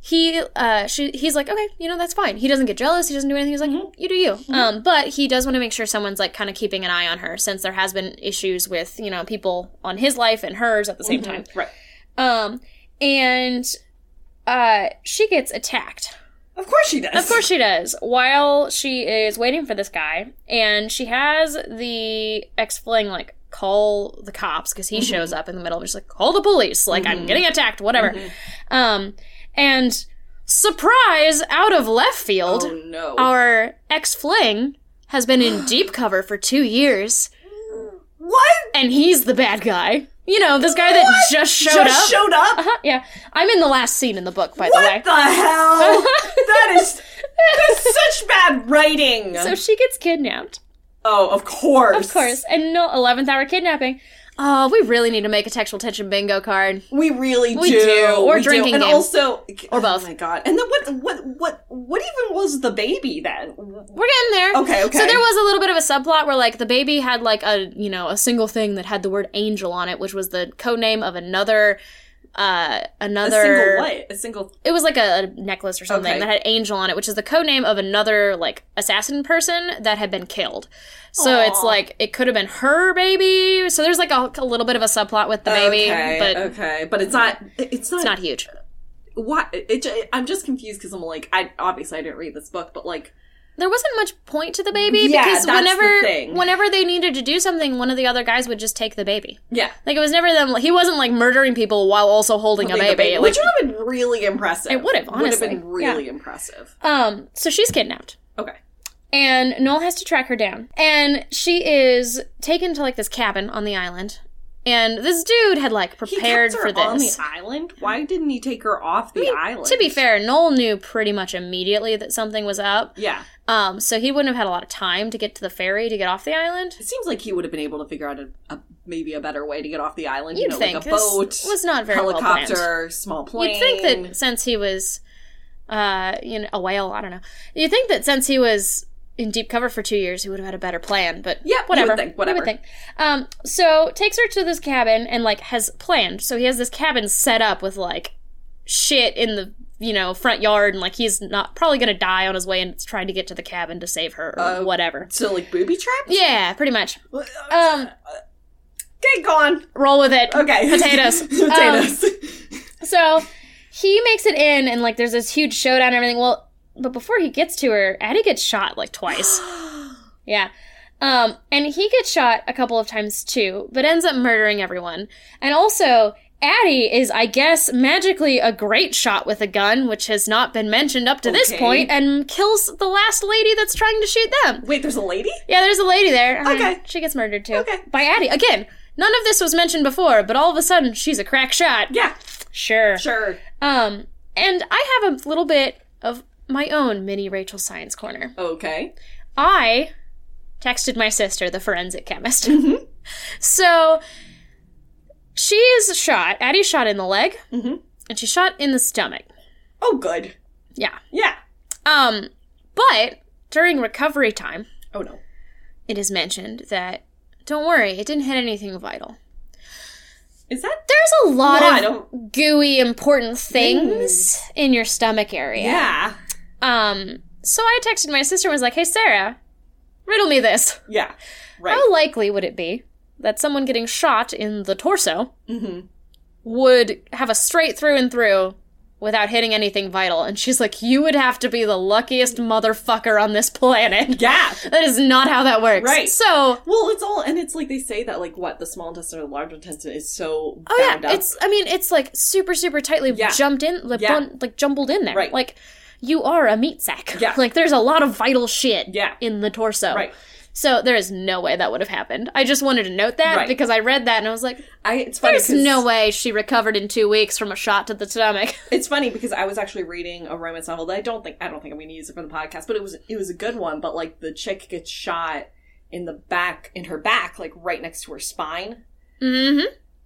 [SPEAKER 1] he, uh, she, he's like, okay, you know, that's fine. He doesn't get jealous. He doesn't do anything. He's like, you do you. Um, but he does want to make sure someone's like kind of keeping an eye on her since there has been issues with you know people on his life and hers at the same time.
[SPEAKER 3] Right.
[SPEAKER 1] Um, and uh, she gets attacked.
[SPEAKER 3] Of course she does.
[SPEAKER 1] Of course she does. While she is waiting for this guy, and she has the ex fling like call the cops because
[SPEAKER 3] Mm-hmm.
[SPEAKER 1] he shows up in the middle. She's like, call the police. Like I'm getting attacked. Whatever.
[SPEAKER 3] Mm-hmm.
[SPEAKER 1] Um, and surprise, out of left field,
[SPEAKER 3] Oh no.
[SPEAKER 1] our ex fling has been in deep cover for two years,
[SPEAKER 3] what?
[SPEAKER 1] and he's the bad guy. You know, this guy that just showed
[SPEAKER 3] Just
[SPEAKER 1] up. Uh-huh.
[SPEAKER 3] showed up?
[SPEAKER 1] Huh, yeah, I'm in the last scene in the book, by the way.
[SPEAKER 3] What the hell?
[SPEAKER 1] Uh-huh.
[SPEAKER 3] that is that's such bad writing.
[SPEAKER 1] so she gets kidnapped.
[SPEAKER 3] oh, of course.
[SPEAKER 1] Of course. And no, 11th hour kidnapping. Oh, we really need to make a textual tension bingo card.
[SPEAKER 3] We really
[SPEAKER 1] We
[SPEAKER 3] do.
[SPEAKER 1] do. Or
[SPEAKER 3] We
[SPEAKER 1] drinking
[SPEAKER 3] And
[SPEAKER 1] game.
[SPEAKER 3] also
[SPEAKER 1] Or both.
[SPEAKER 3] Oh my god. And then what what what what even was the baby then?
[SPEAKER 1] We're getting there.
[SPEAKER 3] Okay, okay.
[SPEAKER 1] So there was a little bit of a subplot where like the baby had like a, you know, a single thing that had the word angel on it, which was the code name of another uh
[SPEAKER 3] A
[SPEAKER 1] another
[SPEAKER 3] single what? A single
[SPEAKER 1] it was like a necklace or something
[SPEAKER 3] Okay.
[SPEAKER 1] that had angel on it which is the code name of another like assassin person that had been killed so
[SPEAKER 3] Aw.
[SPEAKER 1] it's like it could have been her baby so there's like a, a little bit of a subplot with the baby
[SPEAKER 3] Okay,
[SPEAKER 1] but
[SPEAKER 3] okay, but it's not. It's not.
[SPEAKER 1] it's not huge
[SPEAKER 3] What? It, it, I'm just confused because I'm like, I obviously I didn't read this book, but like,
[SPEAKER 1] there wasn't much point to the baby
[SPEAKER 3] Yeah,
[SPEAKER 1] because
[SPEAKER 3] that's the
[SPEAKER 1] whenever
[SPEAKER 3] thing.
[SPEAKER 1] whenever they needed to do something, one of the other guys would just take the baby.
[SPEAKER 3] yeah,
[SPEAKER 1] Like it was never them. He wasn't like murdering people while also holding a
[SPEAKER 3] Like,
[SPEAKER 1] baby.
[SPEAKER 3] the baby-
[SPEAKER 1] Like,
[SPEAKER 3] which would have been really impressive.
[SPEAKER 1] It would've,
[SPEAKER 3] would have
[SPEAKER 1] honestly.
[SPEAKER 3] been really impressive.
[SPEAKER 1] um, so she's kidnapped.
[SPEAKER 3] Okay,
[SPEAKER 1] And Noel has to track her down. And she is taken to like this cabin on the island. And this dude had like
[SPEAKER 3] he
[SPEAKER 1] prepared
[SPEAKER 3] kept her
[SPEAKER 1] for this.
[SPEAKER 3] on the island. Why didn't he take her off the island?
[SPEAKER 1] to be fair, Noel knew pretty much immediately that something was up.
[SPEAKER 3] yeah,
[SPEAKER 1] Um, so he wouldn't have had a lot of time to get to the ferry to get off the island.
[SPEAKER 3] it seems like he would have been able to figure out a, a maybe a better way to get off the island. you
[SPEAKER 1] You'd
[SPEAKER 3] know,
[SPEAKER 1] think
[SPEAKER 3] like a
[SPEAKER 1] this
[SPEAKER 3] boat,
[SPEAKER 1] was not very well
[SPEAKER 3] helicopter,
[SPEAKER 1] planned.
[SPEAKER 3] small plane.
[SPEAKER 1] You'd think that since he was, uh, you know, a whale, I don't know. You'd think that since he was in deep cover for two years, he would have had a better plan, but
[SPEAKER 3] Yeah, you would
[SPEAKER 1] whatever.
[SPEAKER 3] think,
[SPEAKER 1] You
[SPEAKER 3] whatever.
[SPEAKER 1] think. Um, so takes her to this cabin and, like, has planned. So he has this cabin set up with, like, shit in the, you know, front yard, and, like, he's not probably gonna die on his way and is trying to get to the cabin to save her or
[SPEAKER 3] Uh,
[SPEAKER 1] whatever.
[SPEAKER 3] so like booby trapped.
[SPEAKER 1] Yeah, pretty much. Um,
[SPEAKER 3] Okay, gone.
[SPEAKER 1] roll with it.
[SPEAKER 3] Okay,
[SPEAKER 1] Potatoes. Um,
[SPEAKER 3] potatoes.
[SPEAKER 1] So he makes it in, and like there's this huge showdown and everything. Well, but before he gets to her, Addie gets shot like twice. yeah. Um, and he gets shot a couple of times too, but ends up murdering everyone. And also, Addie is, I guess, magically a great shot with a gun, which has not been mentioned up to this
[SPEAKER 3] Okay.
[SPEAKER 1] point, and kills the last lady that's trying to shoot them.
[SPEAKER 3] Wait, there's a lady?
[SPEAKER 1] Yeah, there's a lady there. Um,
[SPEAKER 3] Okay.
[SPEAKER 1] She gets murdered too.
[SPEAKER 3] Okay.
[SPEAKER 1] By Addie. Again, none of this was mentioned before, but all of a sudden she's a crack shot.
[SPEAKER 3] Yeah,
[SPEAKER 1] Sure.
[SPEAKER 3] sure.
[SPEAKER 1] Um, and I have a little bit of my own mini Rachel Science Corner.
[SPEAKER 3] Okay.
[SPEAKER 1] I texted my sister, the forensic chemist.
[SPEAKER 3] Mm-hmm.
[SPEAKER 1] so she is shot. Addie's shot in the leg,
[SPEAKER 3] Mhm.
[SPEAKER 1] and she's shot in the stomach.
[SPEAKER 3] Oh, good.
[SPEAKER 1] Yeah.
[SPEAKER 3] Yeah.
[SPEAKER 1] Um, but during recovery time,
[SPEAKER 3] Oh no.
[SPEAKER 1] it is mentioned that don't worry, it didn't hit anything vital.
[SPEAKER 3] Is that
[SPEAKER 1] There's a lot
[SPEAKER 3] Lot
[SPEAKER 1] of gooey, important things in your stomach area.
[SPEAKER 3] yeah.
[SPEAKER 1] Um, so I texted my sister and was like, "Hey Sarah, riddle me this.
[SPEAKER 3] Yeah. Right.
[SPEAKER 1] How likely would it be that someone getting shot in the torso
[SPEAKER 3] Mhm.
[SPEAKER 1] would have a straight through and through without hitting anything vital?" And she's like, "You would have to be the luckiest motherfucker on this planet.
[SPEAKER 3] Yeah.
[SPEAKER 1] That is not how that works."
[SPEAKER 3] Right.
[SPEAKER 1] So,
[SPEAKER 3] Well, it's all, and it's like they say that, like, what the small intestine or the large intestine is so
[SPEAKER 1] oh
[SPEAKER 3] bound
[SPEAKER 1] yeah,
[SPEAKER 3] up.
[SPEAKER 1] it's I mean, it's like super super tightly
[SPEAKER 3] Yeah.
[SPEAKER 1] jumped in like,
[SPEAKER 3] Yeah.
[SPEAKER 1] bun- like jumbled in there.
[SPEAKER 3] Right.
[SPEAKER 1] Like you are a meat sack.
[SPEAKER 3] Yeah.
[SPEAKER 1] Like there's a lot of vital shit
[SPEAKER 3] Yeah.
[SPEAKER 1] in the torso.
[SPEAKER 3] right.
[SPEAKER 1] So there is no way that would have happened. I just wanted to note that
[SPEAKER 3] Right.
[SPEAKER 1] because I read that and I was like,
[SPEAKER 3] I it's funny
[SPEAKER 1] there's
[SPEAKER 3] 'cause-
[SPEAKER 1] no way she recovered in two weeks from a shot to the stomach.
[SPEAKER 3] It's funny because I was actually reading a romance novel that I don't think I don't think I'm going to use it for the podcast, but it was it was a good one. But like the chick gets shot in the back in her back, like right next to her spine,
[SPEAKER 1] hmm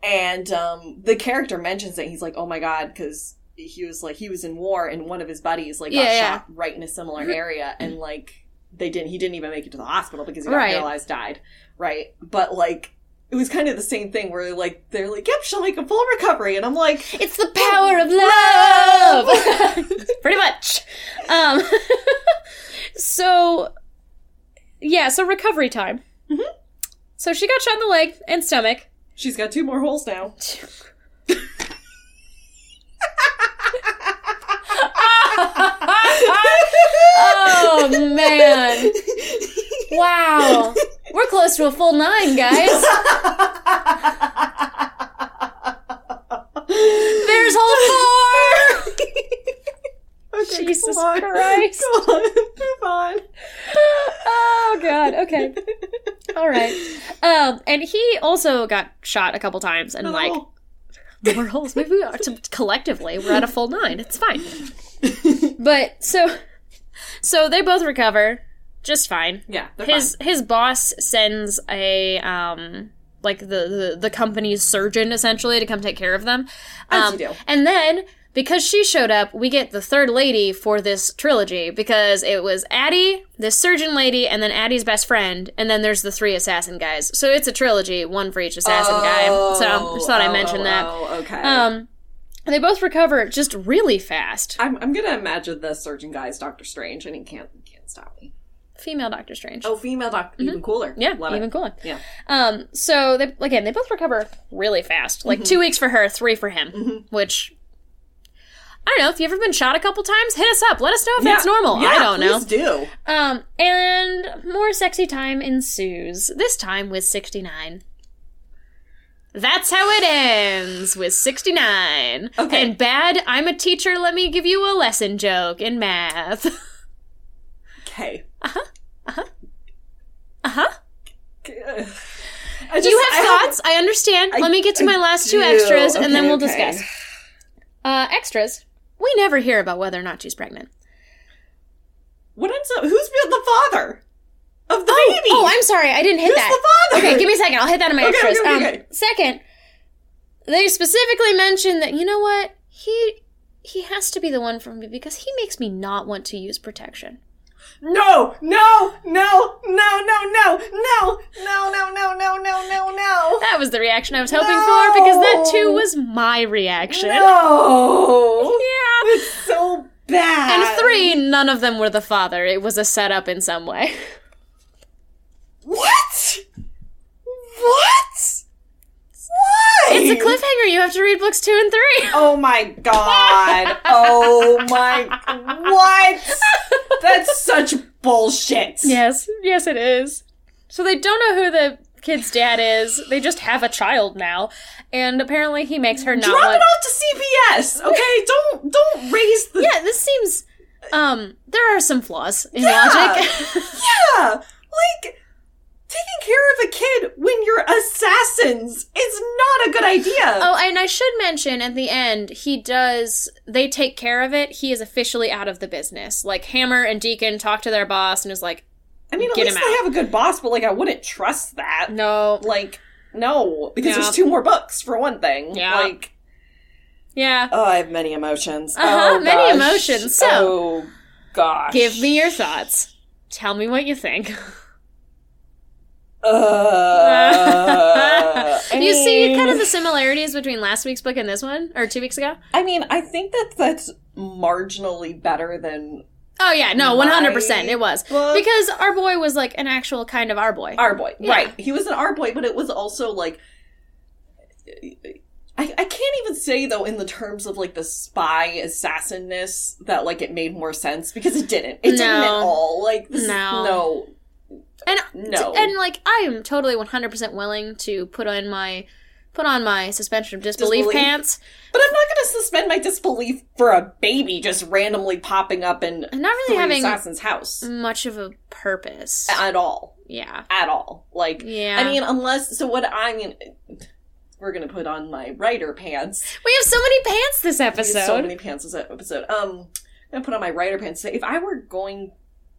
[SPEAKER 3] and um, the character mentions it. He's like, "Oh my god," because he was like he was in war, and one of his buddies like got
[SPEAKER 1] Yeah, yeah.
[SPEAKER 3] shot right in a similar area, and like they didn't he didn't even make it to the hospital because he got
[SPEAKER 1] Right.
[SPEAKER 3] paralyzed, died, right? But like. It was kind of the same thing where like they're like, "Yep, she'll make a full recovery," and I'm like,
[SPEAKER 1] It's the power of love. Pretty much. Um, so, yeah. So recovery time. So she got shot in the leg and stomach.
[SPEAKER 3] "She's got two more holes now."
[SPEAKER 1] oh man! Wow, we're close to a full nine, guys. There's hole four.
[SPEAKER 3] Okay,
[SPEAKER 1] Jesus
[SPEAKER 3] go on.
[SPEAKER 1] Christ.
[SPEAKER 3] Go on. Move on.
[SPEAKER 1] oh god. Okay. All right. Um, and he also got shot a couple times, and like
[SPEAKER 3] Oh.
[SPEAKER 1] more holes. Maybe we are to, collectively. We're at a full nine. It's fine. But so, so they both recover just fine.
[SPEAKER 3] yeah, they're
[SPEAKER 1] his his boss sends a um like the, the the company's surgeon essentially to come take care of them.
[SPEAKER 3] As
[SPEAKER 1] Um,
[SPEAKER 3] you do.
[SPEAKER 1] And then because she showed up, we get the third lady for this trilogy because it was Addie, the surgeon lady, and then Addie's best friend, and then there's the three assassin guys. So it's a trilogy, one for each assassin guy. So I just thought I
[SPEAKER 3] Oh,
[SPEAKER 1] mentioned
[SPEAKER 3] oh,
[SPEAKER 1] that.
[SPEAKER 3] Oh, okay.
[SPEAKER 1] Um, they both recover just really fast.
[SPEAKER 3] I'm, I'm gonna imagine the surgeon guy is Doctor Strange, and he can't he can't stop me.
[SPEAKER 1] Female Doctor Strange.
[SPEAKER 3] Oh, female doctor, even cooler.
[SPEAKER 1] Mm-hmm. Yeah,
[SPEAKER 3] Love
[SPEAKER 1] even
[SPEAKER 3] it.
[SPEAKER 1] cooler.
[SPEAKER 3] Yeah.
[SPEAKER 1] Um, so they again they both recover really fast.
[SPEAKER 3] Mm-hmm.
[SPEAKER 1] Like two weeks for her, three for him. Which I don't know, if you've ever been shot a couple times, hit us up. Let us know if that's
[SPEAKER 3] Yeah.
[SPEAKER 1] normal.
[SPEAKER 3] Yeah,
[SPEAKER 1] I don't know.
[SPEAKER 3] please do.
[SPEAKER 1] Um, and more sexy time ensues. This time with sixty nine. That's how it ends with 69.
[SPEAKER 3] Okay.
[SPEAKER 1] And bad, I'm a teacher, let me give you a lesson joke in math.
[SPEAKER 3] Okay.
[SPEAKER 1] Uh-huh. Uh huh.
[SPEAKER 3] uh, I
[SPEAKER 1] you have thoughts. I understand.
[SPEAKER 3] I-
[SPEAKER 1] Let me get to my
[SPEAKER 3] I
[SPEAKER 1] last two
[SPEAKER 3] do.
[SPEAKER 1] extras, and then
[SPEAKER 3] Okay,
[SPEAKER 1] we'll
[SPEAKER 3] okay.
[SPEAKER 1] discuss. Uh, extras. We never hear about whether or not she's pregnant.
[SPEAKER 3] What ends up? Who's been the father of the baby?
[SPEAKER 1] Oh, I'm sorry. I didn't hit
[SPEAKER 3] Who's
[SPEAKER 1] that.
[SPEAKER 3] the father?
[SPEAKER 1] Okay, give me a second. I'll hit that in my
[SPEAKER 3] Okay,
[SPEAKER 1] extras.
[SPEAKER 3] okay, okay,
[SPEAKER 1] Um,
[SPEAKER 3] okay.
[SPEAKER 1] Second, they specifically mentioned that you know what he he has to be the one for me because he makes me not want to use protection.
[SPEAKER 3] No, no, no, no, no, no, no, no, no, no, no, no, no, no.
[SPEAKER 1] That was the reaction I was hoping
[SPEAKER 3] No.
[SPEAKER 1] for because that too was my reaction.
[SPEAKER 3] No.
[SPEAKER 1] Yeah.
[SPEAKER 3] It's so bad.
[SPEAKER 1] And three, none of them were the father. It was a setup in some way.
[SPEAKER 3] What? What? Why?
[SPEAKER 1] It's a cliffhanger. You have to read books two and three.
[SPEAKER 3] Oh my god. Oh my. What? That's such bullshit.
[SPEAKER 1] Yes, yes, it is. So they don't know who the kid's dad is. They just have a child now, and apparently he makes her not
[SPEAKER 3] Drop
[SPEAKER 1] want.
[SPEAKER 3] it off to CBS, okay? Don't don't raise the
[SPEAKER 1] Yeah, this seems. Um, there are some flaws in logic.
[SPEAKER 3] Yeah, like taking care of a kid when you're assassins is not a good idea.
[SPEAKER 1] oh, and I should mention at the end, he does. They take care of it. He is officially out of the business. Like Hammer and Deacon talk to their boss and is like,
[SPEAKER 3] I mean, at
[SPEAKER 1] get
[SPEAKER 3] least
[SPEAKER 1] him
[SPEAKER 3] they
[SPEAKER 1] out.
[SPEAKER 3] have a good boss, but like I wouldn't trust that.
[SPEAKER 1] "No,
[SPEAKER 3] Like, no, because
[SPEAKER 1] Yeah.
[SPEAKER 3] there's two more books for one thing.
[SPEAKER 1] Yeah.
[SPEAKER 3] Like,
[SPEAKER 1] yeah,
[SPEAKER 3] oh, I have many emotions.
[SPEAKER 1] Uh-huh,
[SPEAKER 3] oh,
[SPEAKER 1] many
[SPEAKER 3] gosh.
[SPEAKER 1] emotions. So-
[SPEAKER 3] oh gosh,
[SPEAKER 1] give me your thoughts. Tell me what you think."
[SPEAKER 3] Uh, I
[SPEAKER 1] you see
[SPEAKER 3] mean-
[SPEAKER 1] kind of the similarities between last week's book and this one, or two weeks ago?
[SPEAKER 3] I mean, I think that that's marginally better than
[SPEAKER 1] Oh, yeah, no, 100%. It was.
[SPEAKER 3] Well-
[SPEAKER 1] Because our boy was like an actual kind of our boy.
[SPEAKER 3] our boy,
[SPEAKER 1] Yeah.
[SPEAKER 3] right? He was an our boy, but it was also like. I, I can't even say though in the terms of like the spy assassinness that like it made more sense because it didn't. It didn't at
[SPEAKER 1] No.
[SPEAKER 3] all. Like this
[SPEAKER 1] No.
[SPEAKER 3] no
[SPEAKER 1] and,
[SPEAKER 3] no.
[SPEAKER 1] and like, I am totally 100% willing to put on my put on my suspension of disbelief,
[SPEAKER 3] Disbelief.
[SPEAKER 1] pants.
[SPEAKER 3] But I'm not going to suspend my disbelief for a baby just randomly popping up in
[SPEAKER 1] And not really
[SPEAKER 3] three
[SPEAKER 1] having- Mm.
[SPEAKER 3] assassin's house
[SPEAKER 1] Much of a purpose.
[SPEAKER 3] at all.
[SPEAKER 1] yeah.
[SPEAKER 3] At all. Like,
[SPEAKER 1] Yeah.
[SPEAKER 3] I mean, unless, so what I mean, we're going to put on my writer pants.
[SPEAKER 1] We have so many pants this
[SPEAKER 3] I used
[SPEAKER 1] episode.
[SPEAKER 3] So many pants this episode. Um, I'm going to put on my writer pants. If I were going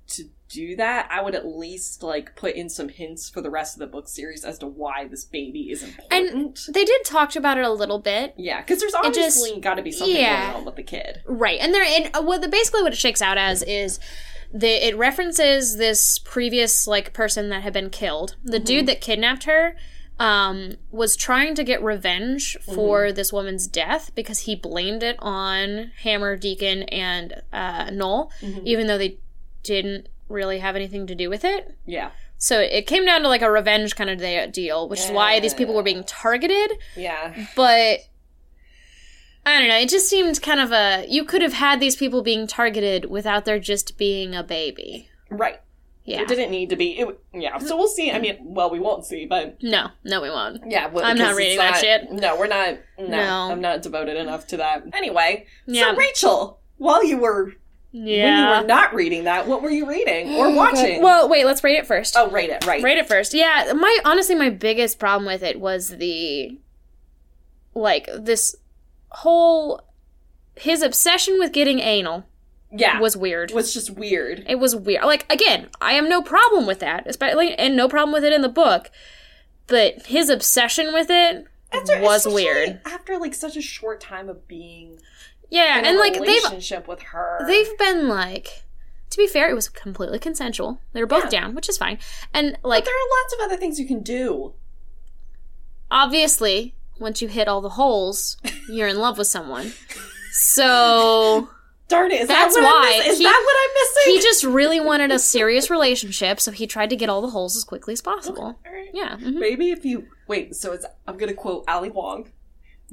[SPEAKER 3] to do that, I would at least, like, put in some hints for the rest of the book series as to why this baby is important.
[SPEAKER 1] and they did talk about it a little bit.
[SPEAKER 3] yeah, because there's
[SPEAKER 1] It just-
[SPEAKER 3] obviously got to be something
[SPEAKER 1] yeah.
[SPEAKER 3] going on with the kid.
[SPEAKER 1] Right, and there, and uh, what the, basically what it shakes out as is the it references this previous like person that had been killed. The dude that kidnapped her um, was trying to get revenge for this woman's death because he blamed it on Hammer, Deacon, and uh, Noel,
[SPEAKER 3] Mm-hmm.
[SPEAKER 1] even though they didn't really have anything to do with it.
[SPEAKER 3] Yeah.
[SPEAKER 1] So it came down to like a revenge kind of de- deal, which is why these people were being targeted
[SPEAKER 3] Yeah.
[SPEAKER 1] but I don't know. It just seemed kind of a you could have had these people being targeted without there just being a baby.
[SPEAKER 3] Right.
[SPEAKER 1] Yeah.
[SPEAKER 3] It didn't need to be. It, yeah. So we'll see. I mean, well, we won't see, but
[SPEAKER 1] No, no, we won't.
[SPEAKER 3] yeah. Well,
[SPEAKER 1] I'm not
[SPEAKER 3] 'cause it's
[SPEAKER 1] reading that shit.
[SPEAKER 3] No, we're not. No,
[SPEAKER 1] No.
[SPEAKER 3] I'm not devoted enough to that. Anyway,
[SPEAKER 1] Yeah.
[SPEAKER 3] so Rachel, while you were when you
[SPEAKER 1] Yeah.
[SPEAKER 3] were not reading that, what were you reading or watching?
[SPEAKER 1] Well, wait. Let's rate it first.
[SPEAKER 3] oh, rate it. Right.
[SPEAKER 1] Rate it first. Yeah. My honestly, my biggest problem with it was the like this whole his obsession with getting anal
[SPEAKER 3] yeah. Was
[SPEAKER 1] was weird.
[SPEAKER 3] just weird.
[SPEAKER 1] It was weird. Like again, I have no problem with that, especially and no problem with it in the book. But his obsession with it
[SPEAKER 3] After-
[SPEAKER 1] was
[SPEAKER 3] especially
[SPEAKER 1] weird.
[SPEAKER 3] after like such a short time of being
[SPEAKER 1] Yeah,
[SPEAKER 3] in
[SPEAKER 1] and
[SPEAKER 3] a
[SPEAKER 1] like they've
[SPEAKER 3] relationship with her.
[SPEAKER 1] they've been like to be fair, it was completely consensual. They were both
[SPEAKER 3] Yeah.
[SPEAKER 1] down, which is fine. And like
[SPEAKER 3] there are lots of other things you can do.
[SPEAKER 1] obviously, once you hit all the holes, you're in love with someone. So
[SPEAKER 3] Darn it! Is
[SPEAKER 1] That's
[SPEAKER 3] that what I'm
[SPEAKER 1] why
[SPEAKER 3] miss- Is
[SPEAKER 1] he-
[SPEAKER 3] that what I'm
[SPEAKER 1] he
[SPEAKER 3] missing?
[SPEAKER 1] just really wanted a serious relationship, so he tried to get all the holes as quickly as possible.
[SPEAKER 3] All right.
[SPEAKER 1] Yeah. mhm.
[SPEAKER 3] Maybe if you wait, so it's I'm gonna quote Ali Wong.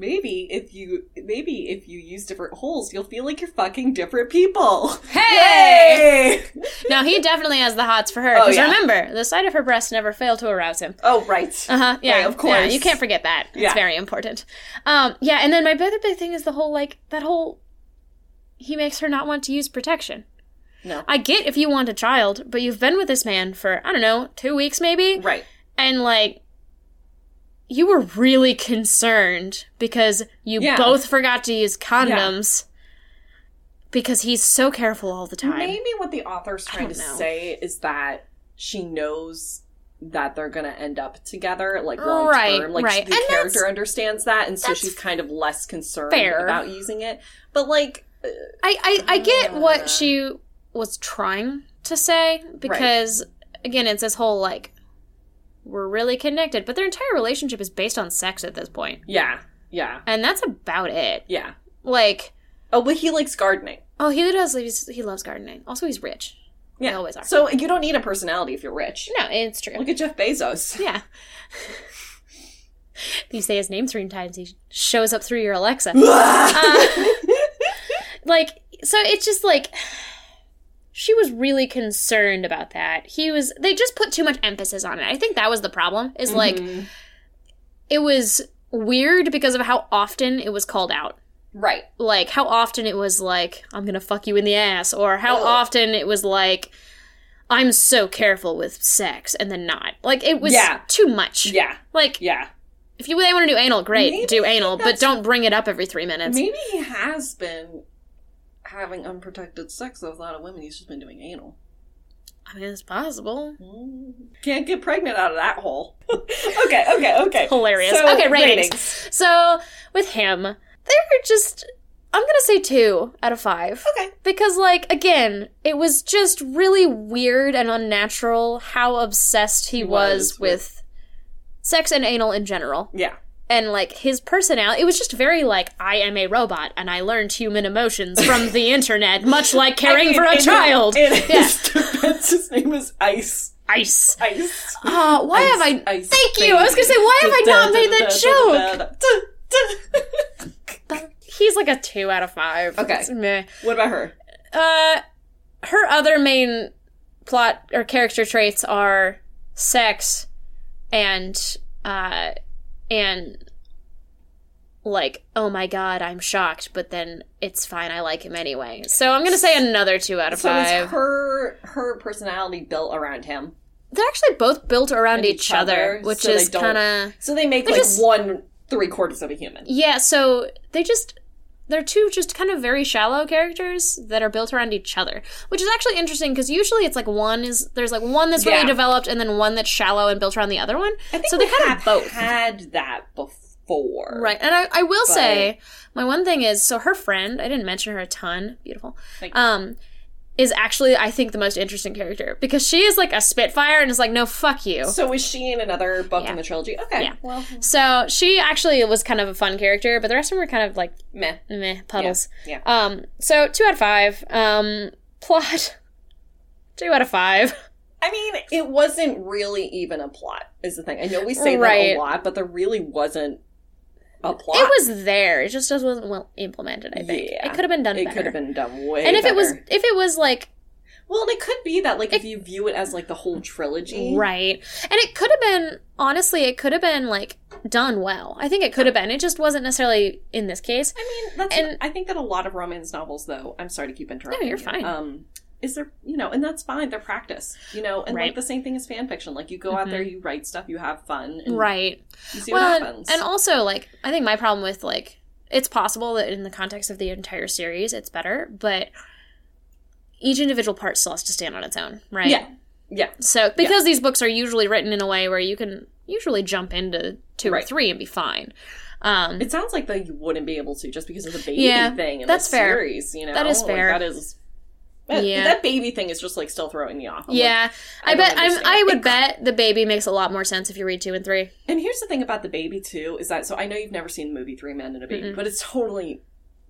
[SPEAKER 3] Maybe if you maybe if you use different holes, you'll feel like you're fucking different people.
[SPEAKER 1] Hey!
[SPEAKER 3] Yay!
[SPEAKER 1] No, he definitely has the hots for her.
[SPEAKER 3] Oh,
[SPEAKER 1] Because
[SPEAKER 3] yeah.
[SPEAKER 1] remember, the sight of her breasts never failed to arouse him.
[SPEAKER 3] Oh right.
[SPEAKER 1] Uh huh. Yeah,
[SPEAKER 3] Right, of course.
[SPEAKER 1] Yeah, you can't forget that. It's
[SPEAKER 3] Yeah.
[SPEAKER 1] very important. Um, yeah, and then my other big thing is the whole like that whole. He makes her not want to use protection.
[SPEAKER 3] No.
[SPEAKER 1] I get if you want a child, but you've been with this man for I don't know two weeks maybe,
[SPEAKER 3] Right.
[SPEAKER 1] and like. You were really concerned because you
[SPEAKER 3] Yeah.
[SPEAKER 1] both forgot to use condoms because he's so careful all the time.
[SPEAKER 3] Maybe what the author's trying
[SPEAKER 1] don't
[SPEAKER 3] to
[SPEAKER 1] know.
[SPEAKER 3] say is that she knows that they're gonna end up together, like long
[SPEAKER 1] Right,
[SPEAKER 3] term. Like
[SPEAKER 1] right.
[SPEAKER 3] the
[SPEAKER 1] And
[SPEAKER 3] character
[SPEAKER 1] that's-
[SPEAKER 3] understands that, and so
[SPEAKER 1] that's
[SPEAKER 3] she's kind of less concerned
[SPEAKER 1] fair.
[SPEAKER 3] about using it. But like, uh,
[SPEAKER 1] I, I, I get
[SPEAKER 3] Uh.
[SPEAKER 1] what she was trying to say because again it's this whole like we're really connected but their entire relationship is based on sex at this point
[SPEAKER 3] yeah, yeah,
[SPEAKER 1] and that's about it
[SPEAKER 3] yeah.
[SPEAKER 1] like
[SPEAKER 3] Oh, but he likes gardening.
[SPEAKER 1] oh he does he's, he loves gardening also he's rich
[SPEAKER 3] Yeah,
[SPEAKER 1] always are.
[SPEAKER 3] So you don't need a personality if you're rich.
[SPEAKER 1] no it's true
[SPEAKER 3] Look at Jeff Bezos.
[SPEAKER 1] yeah you say his name three times he shows up through your alexa like so it's just like she was really concerned about that he was they just put too much emphasis on it i think that was the problem is like
[SPEAKER 3] Mhm.
[SPEAKER 1] it was weird because of how often it was called out
[SPEAKER 3] right,
[SPEAKER 1] like how often it was like i'm gonna fuck you in the ass or how
[SPEAKER 3] Ugh.
[SPEAKER 1] often it was like i'm so careful with sex and then not like it was
[SPEAKER 3] Yeah.
[SPEAKER 1] too much
[SPEAKER 3] yeah,
[SPEAKER 1] like
[SPEAKER 3] yeah.
[SPEAKER 1] if you they want to do anal great
[SPEAKER 3] Maybe
[SPEAKER 1] do anal but
[SPEAKER 3] that's-
[SPEAKER 1] don't bring it up every three minutes
[SPEAKER 3] Maybe he has been having unprotected sex with a lot of women. He's just been doing anal.
[SPEAKER 1] i mean it's possible
[SPEAKER 3] Can't get pregnant out of that hole. okay, okay, okay.
[SPEAKER 1] hilarious.
[SPEAKER 3] So,
[SPEAKER 1] okay, ratings. So with him, they were just I'm gonna say two out of five.
[SPEAKER 3] Okay.
[SPEAKER 1] Because like again, it was just really weird and unnatural how obsessed he, was,
[SPEAKER 3] was
[SPEAKER 1] with,
[SPEAKER 3] with-
[SPEAKER 1] sex and anal in general.
[SPEAKER 3] Yeah.
[SPEAKER 1] And like his personality it was just very like, I am a robot and I learned human emotions from the internet, much like caring
[SPEAKER 3] I mean,
[SPEAKER 1] for a
[SPEAKER 3] in-
[SPEAKER 1] child.
[SPEAKER 3] In
[SPEAKER 1] Yeah.
[SPEAKER 3] his defense, his name is Ice.
[SPEAKER 1] Ice.
[SPEAKER 3] Ice.
[SPEAKER 1] Oh, why have I
[SPEAKER 3] Ice
[SPEAKER 1] Thank you. I was gonna say, why have I not made that joke?
[SPEAKER 3] joke?
[SPEAKER 1] He's like a two out of five.
[SPEAKER 3] Okay.
[SPEAKER 1] It's meh.
[SPEAKER 3] what about her?
[SPEAKER 1] Uh, her other main plot or character traits are sex and uh and like, oh my god, I'm shocked, but then it's fine, I like him anyway. So I'm gonna say another two out of
[SPEAKER 3] So is
[SPEAKER 1] five.
[SPEAKER 3] her her personality built around him?
[SPEAKER 1] They're actually both built around
[SPEAKER 3] And
[SPEAKER 1] each,
[SPEAKER 3] each
[SPEAKER 1] other,
[SPEAKER 3] other,
[SPEAKER 1] which
[SPEAKER 3] so they
[SPEAKER 1] is
[SPEAKER 3] don't-
[SPEAKER 1] kinda
[SPEAKER 3] So they make
[SPEAKER 1] They're
[SPEAKER 3] like
[SPEAKER 1] just-
[SPEAKER 3] one three quarters of a human.
[SPEAKER 1] Yeah, so they just they're two just kind of very shallow characters that are built around each other, which is actually interesting because usually it's like one is there's like one that's really
[SPEAKER 3] Yeah.
[SPEAKER 1] developed and then one that's shallow and built around the other one.
[SPEAKER 3] I think
[SPEAKER 1] so they're
[SPEAKER 3] we
[SPEAKER 1] kind
[SPEAKER 3] have
[SPEAKER 1] of both.
[SPEAKER 3] had that before.
[SPEAKER 1] Right. And I, I will
[SPEAKER 3] But-
[SPEAKER 1] say, my one thing is so her friend, I didn't mention her a ton, beautiful,
[SPEAKER 3] Thank you.
[SPEAKER 1] um, is actually, I think, the most interesting character because she is like a Spitfire and is like, no, fuck you.
[SPEAKER 3] So is she in another book in the trilogy? Okay.
[SPEAKER 1] Yeah.
[SPEAKER 3] Well,
[SPEAKER 1] So she actually was kind of a fun character, but the rest of them were kind of like
[SPEAKER 3] meh.
[SPEAKER 1] meh puddles.
[SPEAKER 3] Yeah.
[SPEAKER 1] Um, so two out of five. Um, plot, two out of five.
[SPEAKER 3] I mean, it wasn't really even a plot, is the thing. I know we say that
[SPEAKER 1] Right.
[SPEAKER 3] a lot, but there really wasn't a plot.
[SPEAKER 1] It was there. It just wasn't well implemented. I think
[SPEAKER 3] Yeah.
[SPEAKER 1] it could have been done
[SPEAKER 3] It
[SPEAKER 1] better.
[SPEAKER 3] could have been done way.
[SPEAKER 1] and if it was,
[SPEAKER 3] better.
[SPEAKER 1] if it was like
[SPEAKER 3] well, and it could be that like if you view it as like the whole trilogy,
[SPEAKER 1] right, and it could have been honestly, it could have been like done well. I think it could have been. It just wasn't necessarily in this case.
[SPEAKER 3] I mean, that's
[SPEAKER 1] And-
[SPEAKER 3] I think that a lot of romance novels, though. I'm sorry to keep interrupting.
[SPEAKER 1] No, you're
[SPEAKER 3] you,
[SPEAKER 1] fine.
[SPEAKER 3] Um, is there, you know, and that's fine. They're practice, you know, and
[SPEAKER 1] Right. Mm-hmm.
[SPEAKER 3] like the same thing as fan fiction. Like you go out there, you write stuff, you have fun, and
[SPEAKER 1] Right.
[SPEAKER 3] You see
[SPEAKER 1] well,
[SPEAKER 3] what
[SPEAKER 1] and-
[SPEAKER 3] happens.
[SPEAKER 1] and also like I think my problem with like it's possible that in the context of the entire series it's better, but each individual part still has to stand on its own, right?
[SPEAKER 3] yeah, yeah,
[SPEAKER 1] So because these books are usually written in a way where you can usually jump into two or
[SPEAKER 3] Right.
[SPEAKER 1] three and be fine. Um,
[SPEAKER 3] It sounds like though you wouldn't be able to just because of the baby
[SPEAKER 1] Yeah,
[SPEAKER 3] thing. In
[SPEAKER 1] that's
[SPEAKER 3] the
[SPEAKER 1] fair.
[SPEAKER 3] Series, you know,
[SPEAKER 1] That is
[SPEAKER 3] Like,
[SPEAKER 1] fair.
[SPEAKER 3] that is. That,
[SPEAKER 1] Yeah.
[SPEAKER 3] that baby thing is just like still throwing me off. I'm like-
[SPEAKER 1] yeah,
[SPEAKER 3] I
[SPEAKER 1] I,
[SPEAKER 3] don't
[SPEAKER 1] bet I'm,
[SPEAKER 3] understand.
[SPEAKER 1] I would
[SPEAKER 3] It-
[SPEAKER 1] bet the baby makes a lot more sense if you read two and three.
[SPEAKER 3] and here's the thing about the baby too is that so I know you've never seen the movie Three Men and a Baby, but it's totally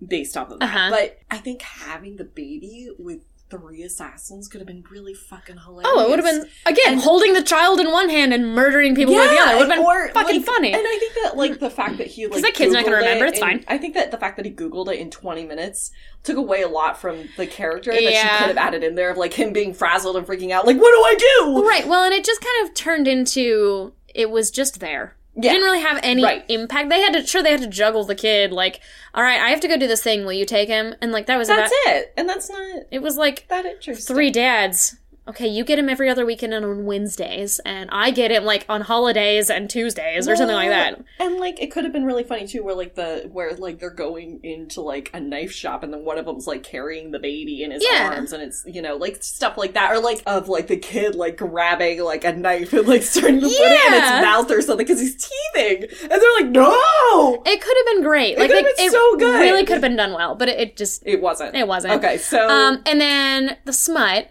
[SPEAKER 3] based off of that.
[SPEAKER 1] Uh-huh.
[SPEAKER 3] But I think having the baby with three assassins could have been really fucking hilarious.
[SPEAKER 1] Oh, it would have been again holding the child in one hand and murdering people with the other would have been
[SPEAKER 3] or,
[SPEAKER 1] fucking
[SPEAKER 3] like-
[SPEAKER 1] funny.
[SPEAKER 3] And I think that like the fact that he like
[SPEAKER 1] the kid's not gonna
[SPEAKER 3] Googled
[SPEAKER 1] remember,
[SPEAKER 3] it
[SPEAKER 1] it's
[SPEAKER 3] in-
[SPEAKER 1] fine.
[SPEAKER 3] I think that the fact that he Googled it in twenty minutes took away a lot from the character that she
[SPEAKER 1] Yeah.
[SPEAKER 3] could have added in there of like him being frazzled and freaking out, like what do I do?
[SPEAKER 1] Right. Well, and it just kind of turned into it was just there. It
[SPEAKER 3] Yeah.
[SPEAKER 1] Didn't really have any
[SPEAKER 3] Right.
[SPEAKER 1] impact. They had to sure they had to juggle the kid. Like, all right, I have to go do this thing. Will you take him? And like that was
[SPEAKER 3] That's
[SPEAKER 1] about,
[SPEAKER 3] it, and that's not
[SPEAKER 1] it. was like
[SPEAKER 3] that interesting.
[SPEAKER 1] three dads. Okay, you get him every other weekend and on Wednesdays, and I get him like on holidays and Tuesdays or something like that.
[SPEAKER 3] And like it could have been really funny too, where like the where like they're going into like a knife shop, and then one of them's like carrying the baby in his
[SPEAKER 1] Yeah.
[SPEAKER 3] arms, and it's you know like stuff like that, or like of like the kid like grabbing like a knife and like starting to put it in its
[SPEAKER 1] Yeah.
[SPEAKER 3] mouth or something because he's teething, and they're like, no,
[SPEAKER 1] It could have been great. Like
[SPEAKER 3] could have
[SPEAKER 1] like,
[SPEAKER 3] been so good.
[SPEAKER 1] Really could have been done well, but it, it just
[SPEAKER 3] it wasn't.
[SPEAKER 1] it wasn't.
[SPEAKER 3] Okay, so
[SPEAKER 1] Um, and then the smut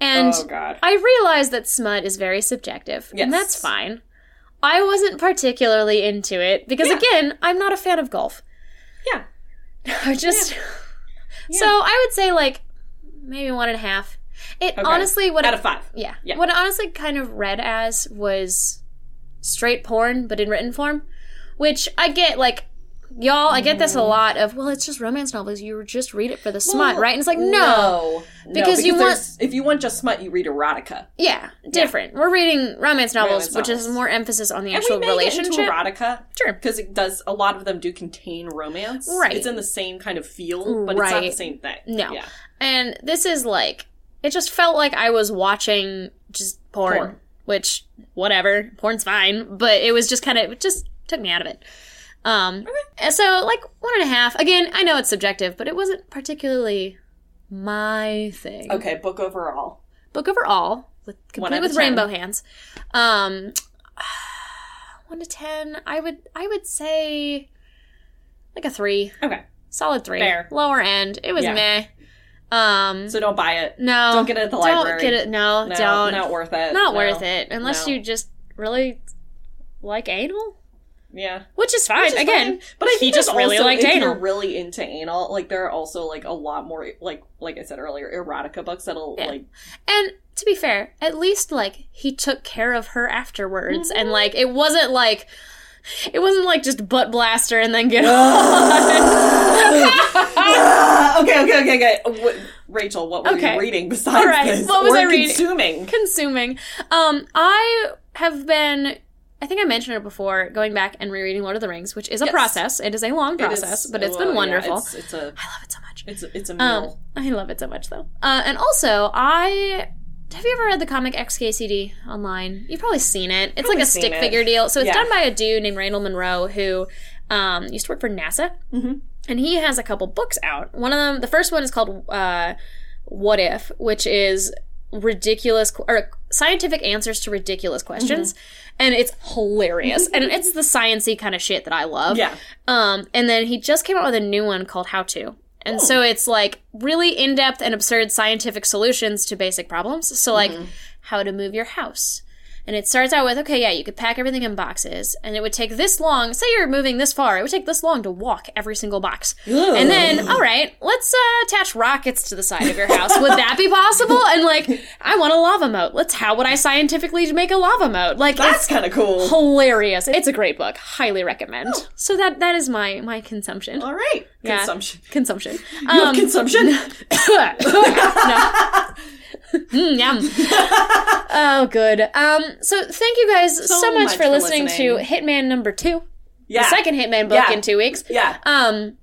[SPEAKER 1] and
[SPEAKER 3] oh god,
[SPEAKER 1] I realize that smut is very subjective,
[SPEAKER 3] Yes.
[SPEAKER 1] and that's fine. I wasn't particularly into it because,
[SPEAKER 3] Yeah.
[SPEAKER 1] again, I'm not a fan of golf.
[SPEAKER 3] yeah,
[SPEAKER 1] I just
[SPEAKER 3] Yeah.
[SPEAKER 1] so I would say like maybe one and a half. It
[SPEAKER 3] Okay.
[SPEAKER 1] honestly what
[SPEAKER 3] out
[SPEAKER 1] it,
[SPEAKER 3] of five,
[SPEAKER 1] yeah.
[SPEAKER 3] Yeah.
[SPEAKER 1] what it honestly kind of read as was straight porn, but in written form, which I get like. Y'all, I get this a lot of, well, it's just romance novels. You just read it for the smut,
[SPEAKER 3] Well,
[SPEAKER 1] right? And it's like,
[SPEAKER 3] No,
[SPEAKER 1] because you
[SPEAKER 3] there's- if you want just smut, you read erotica,
[SPEAKER 1] Yeah, different. We're reading romance novels,
[SPEAKER 3] Romance
[SPEAKER 1] which is
[SPEAKER 3] novels.
[SPEAKER 1] more emphasis on the
[SPEAKER 3] and
[SPEAKER 1] actual
[SPEAKER 3] we may
[SPEAKER 1] relationship.
[SPEAKER 3] get into erotica
[SPEAKER 1] Sure.
[SPEAKER 3] because it does a lot of them do contain romance.
[SPEAKER 1] Right.
[SPEAKER 3] It's in the same kind of feel, but it's not the
[SPEAKER 1] Right.
[SPEAKER 3] same thing.
[SPEAKER 1] No.
[SPEAKER 3] Yeah.
[SPEAKER 1] And this is like it just felt like I was watching just porn,
[SPEAKER 3] Porn.
[SPEAKER 1] which whatever, porn's fine, but it was just kind of it just took me out of it. Um, and so like one and a half. Again, I know it's subjective, but it wasn't particularly my thing.
[SPEAKER 3] Okay, book overall.
[SPEAKER 1] Book overall, with
[SPEAKER 3] One out
[SPEAKER 1] complete
[SPEAKER 3] of
[SPEAKER 1] with
[SPEAKER 3] ten.
[SPEAKER 1] rainbow hands. Um, one to ten. I would I would say like a three,
[SPEAKER 3] Okay.
[SPEAKER 1] solid three,
[SPEAKER 3] Fair.
[SPEAKER 1] lower end. It was
[SPEAKER 3] Yeah.
[SPEAKER 1] meh. Um,
[SPEAKER 3] So don't buy it.
[SPEAKER 1] no,
[SPEAKER 3] Don't get it at the library.
[SPEAKER 1] Don't get it. No,
[SPEAKER 3] No,
[SPEAKER 1] don't.
[SPEAKER 3] not worth it.
[SPEAKER 1] Not
[SPEAKER 3] No.
[SPEAKER 1] worth it. Unless
[SPEAKER 3] No.
[SPEAKER 1] you just really like anal,
[SPEAKER 3] Yeah.
[SPEAKER 1] which is fine.
[SPEAKER 3] Which is
[SPEAKER 1] Again,
[SPEAKER 3] fine. but I
[SPEAKER 1] he
[SPEAKER 3] think
[SPEAKER 1] just
[SPEAKER 3] that
[SPEAKER 1] really
[SPEAKER 3] also,
[SPEAKER 1] liked
[SPEAKER 3] if
[SPEAKER 1] anal.
[SPEAKER 3] You're really into anal. Like there are also like a lot more like like I said earlier, erotica books that'll
[SPEAKER 1] Yeah.
[SPEAKER 3] like
[SPEAKER 1] And to be fair, at least like he took care of her afterwards,
[SPEAKER 3] Mm-hmm.
[SPEAKER 1] and like it wasn't like it wasn't like just butt blaster and then get
[SPEAKER 3] Ah, okay, okay, okay, okay. What, Rachel, what were
[SPEAKER 1] Okay.
[SPEAKER 3] you reading besides
[SPEAKER 1] All right,
[SPEAKER 3] this?
[SPEAKER 1] what was
[SPEAKER 3] Or
[SPEAKER 1] I reading?
[SPEAKER 3] consuming?
[SPEAKER 1] consuming. Um, I have been I think I mentioned it before, going back and rereading Lord of the Rings, which is a
[SPEAKER 3] Yes.
[SPEAKER 1] process. It is a long
[SPEAKER 3] It is-
[SPEAKER 1] process, but
[SPEAKER 3] well,
[SPEAKER 1] it's been
[SPEAKER 3] yeah,
[SPEAKER 1] wonderful.
[SPEAKER 3] it's, it's a
[SPEAKER 1] I love it so much.
[SPEAKER 3] it's a, it's a
[SPEAKER 1] Um,
[SPEAKER 3] meal.
[SPEAKER 1] I love it so much though. Uh, and also, I have you ever read the comic XKCD online? You've probably seen it. It's
[SPEAKER 3] Probably
[SPEAKER 1] like a
[SPEAKER 3] seen
[SPEAKER 1] stick
[SPEAKER 3] it.
[SPEAKER 1] figure deal. So it's
[SPEAKER 3] Yeah.
[SPEAKER 1] done by a dude named Randall Monroe who um, used to work for NASA,
[SPEAKER 3] Mhm.
[SPEAKER 1] and he has a couple books out. One of them, the first one is called uh, "What If," which is ridiculous or scientific answers to ridiculous questions and it's hilarious and it's the sciency kind of shit that i love
[SPEAKER 3] yeah,
[SPEAKER 1] um, and then he just came out with a new one called How To. And so it's like really in depth and absurd scientific solutions to basic problems. So, like, how to move your house. And it starts out with okay, yeah, you could pack everything in boxes, and it would take this long. Say you're moving this far, it would take this long to walk every single box. And then, all right, let's uh, attach rockets to the side of your house. Would that be possible? And like, I want a lava moat. Let's. How would I scientifically make a lava moat? Like, it's-
[SPEAKER 3] that's kind of cool.
[SPEAKER 1] hilarious. It's a great book. Highly recommend. So that that is my my consumption.
[SPEAKER 3] Oh. All right,
[SPEAKER 1] Yeah.
[SPEAKER 3] consumption.
[SPEAKER 1] Consumption.
[SPEAKER 3] You have
[SPEAKER 1] Um,
[SPEAKER 3] consumption.
[SPEAKER 1] no. Mm, yum. oh, good. Um, so thank you guys so, much, for, listening, to Hitman number two,
[SPEAKER 3] yeah,
[SPEAKER 1] the second Hitman book
[SPEAKER 3] Yeah.
[SPEAKER 1] in two weeks.
[SPEAKER 3] yeah,
[SPEAKER 1] Um,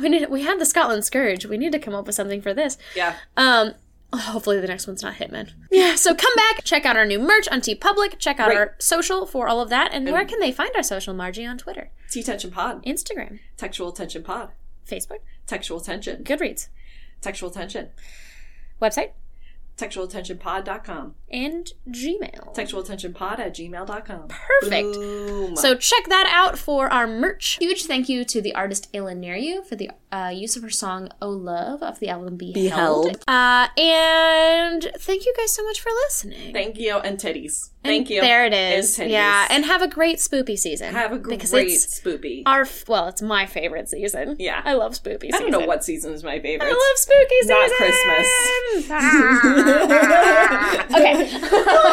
[SPEAKER 1] we need we had the Scotland Scourge. We need to come up with something for this.
[SPEAKER 3] yeah.
[SPEAKER 1] Um, hopefully the next one's not Hitman. Yeah. So come back, check out our new merch on T Public, check out
[SPEAKER 3] Right.
[SPEAKER 1] our social for all of that, and where can they find our social, Margie, on Twitter,
[SPEAKER 3] T tension pod,
[SPEAKER 1] Instagram,
[SPEAKER 3] textual tension pod,
[SPEAKER 1] Facebook,
[SPEAKER 3] textual tension,
[SPEAKER 1] Goodreads,
[SPEAKER 3] textual tension,
[SPEAKER 1] website,
[SPEAKER 3] textualtensionpod.com,
[SPEAKER 1] and Gmail.
[SPEAKER 3] textualtensionpod at gmail.com.
[SPEAKER 1] Perfect.
[SPEAKER 3] Boom.
[SPEAKER 1] So check that out for our merch. Huge thank you to the artist Ayla Neryu for the uh, use of her song "Oh Love" off the album "Be, Held."
[SPEAKER 3] Held.
[SPEAKER 1] Uh, and thank you guys so much for listening.
[SPEAKER 3] Thank you and titties.
[SPEAKER 1] And
[SPEAKER 3] Thank you.
[SPEAKER 1] There it is.
[SPEAKER 3] And titties.
[SPEAKER 1] yeah, and have a great spoopy season.
[SPEAKER 3] have a great
[SPEAKER 1] because it's
[SPEAKER 3] spoopy.
[SPEAKER 1] our f- well, it's my favorite season.
[SPEAKER 3] Yeah.
[SPEAKER 1] I love spoopy. Season.
[SPEAKER 3] I don't know what season is my favorite.
[SPEAKER 1] I love spooky season.
[SPEAKER 3] Not
[SPEAKER 1] Ah.
[SPEAKER 3] Christmas.
[SPEAKER 1] okay.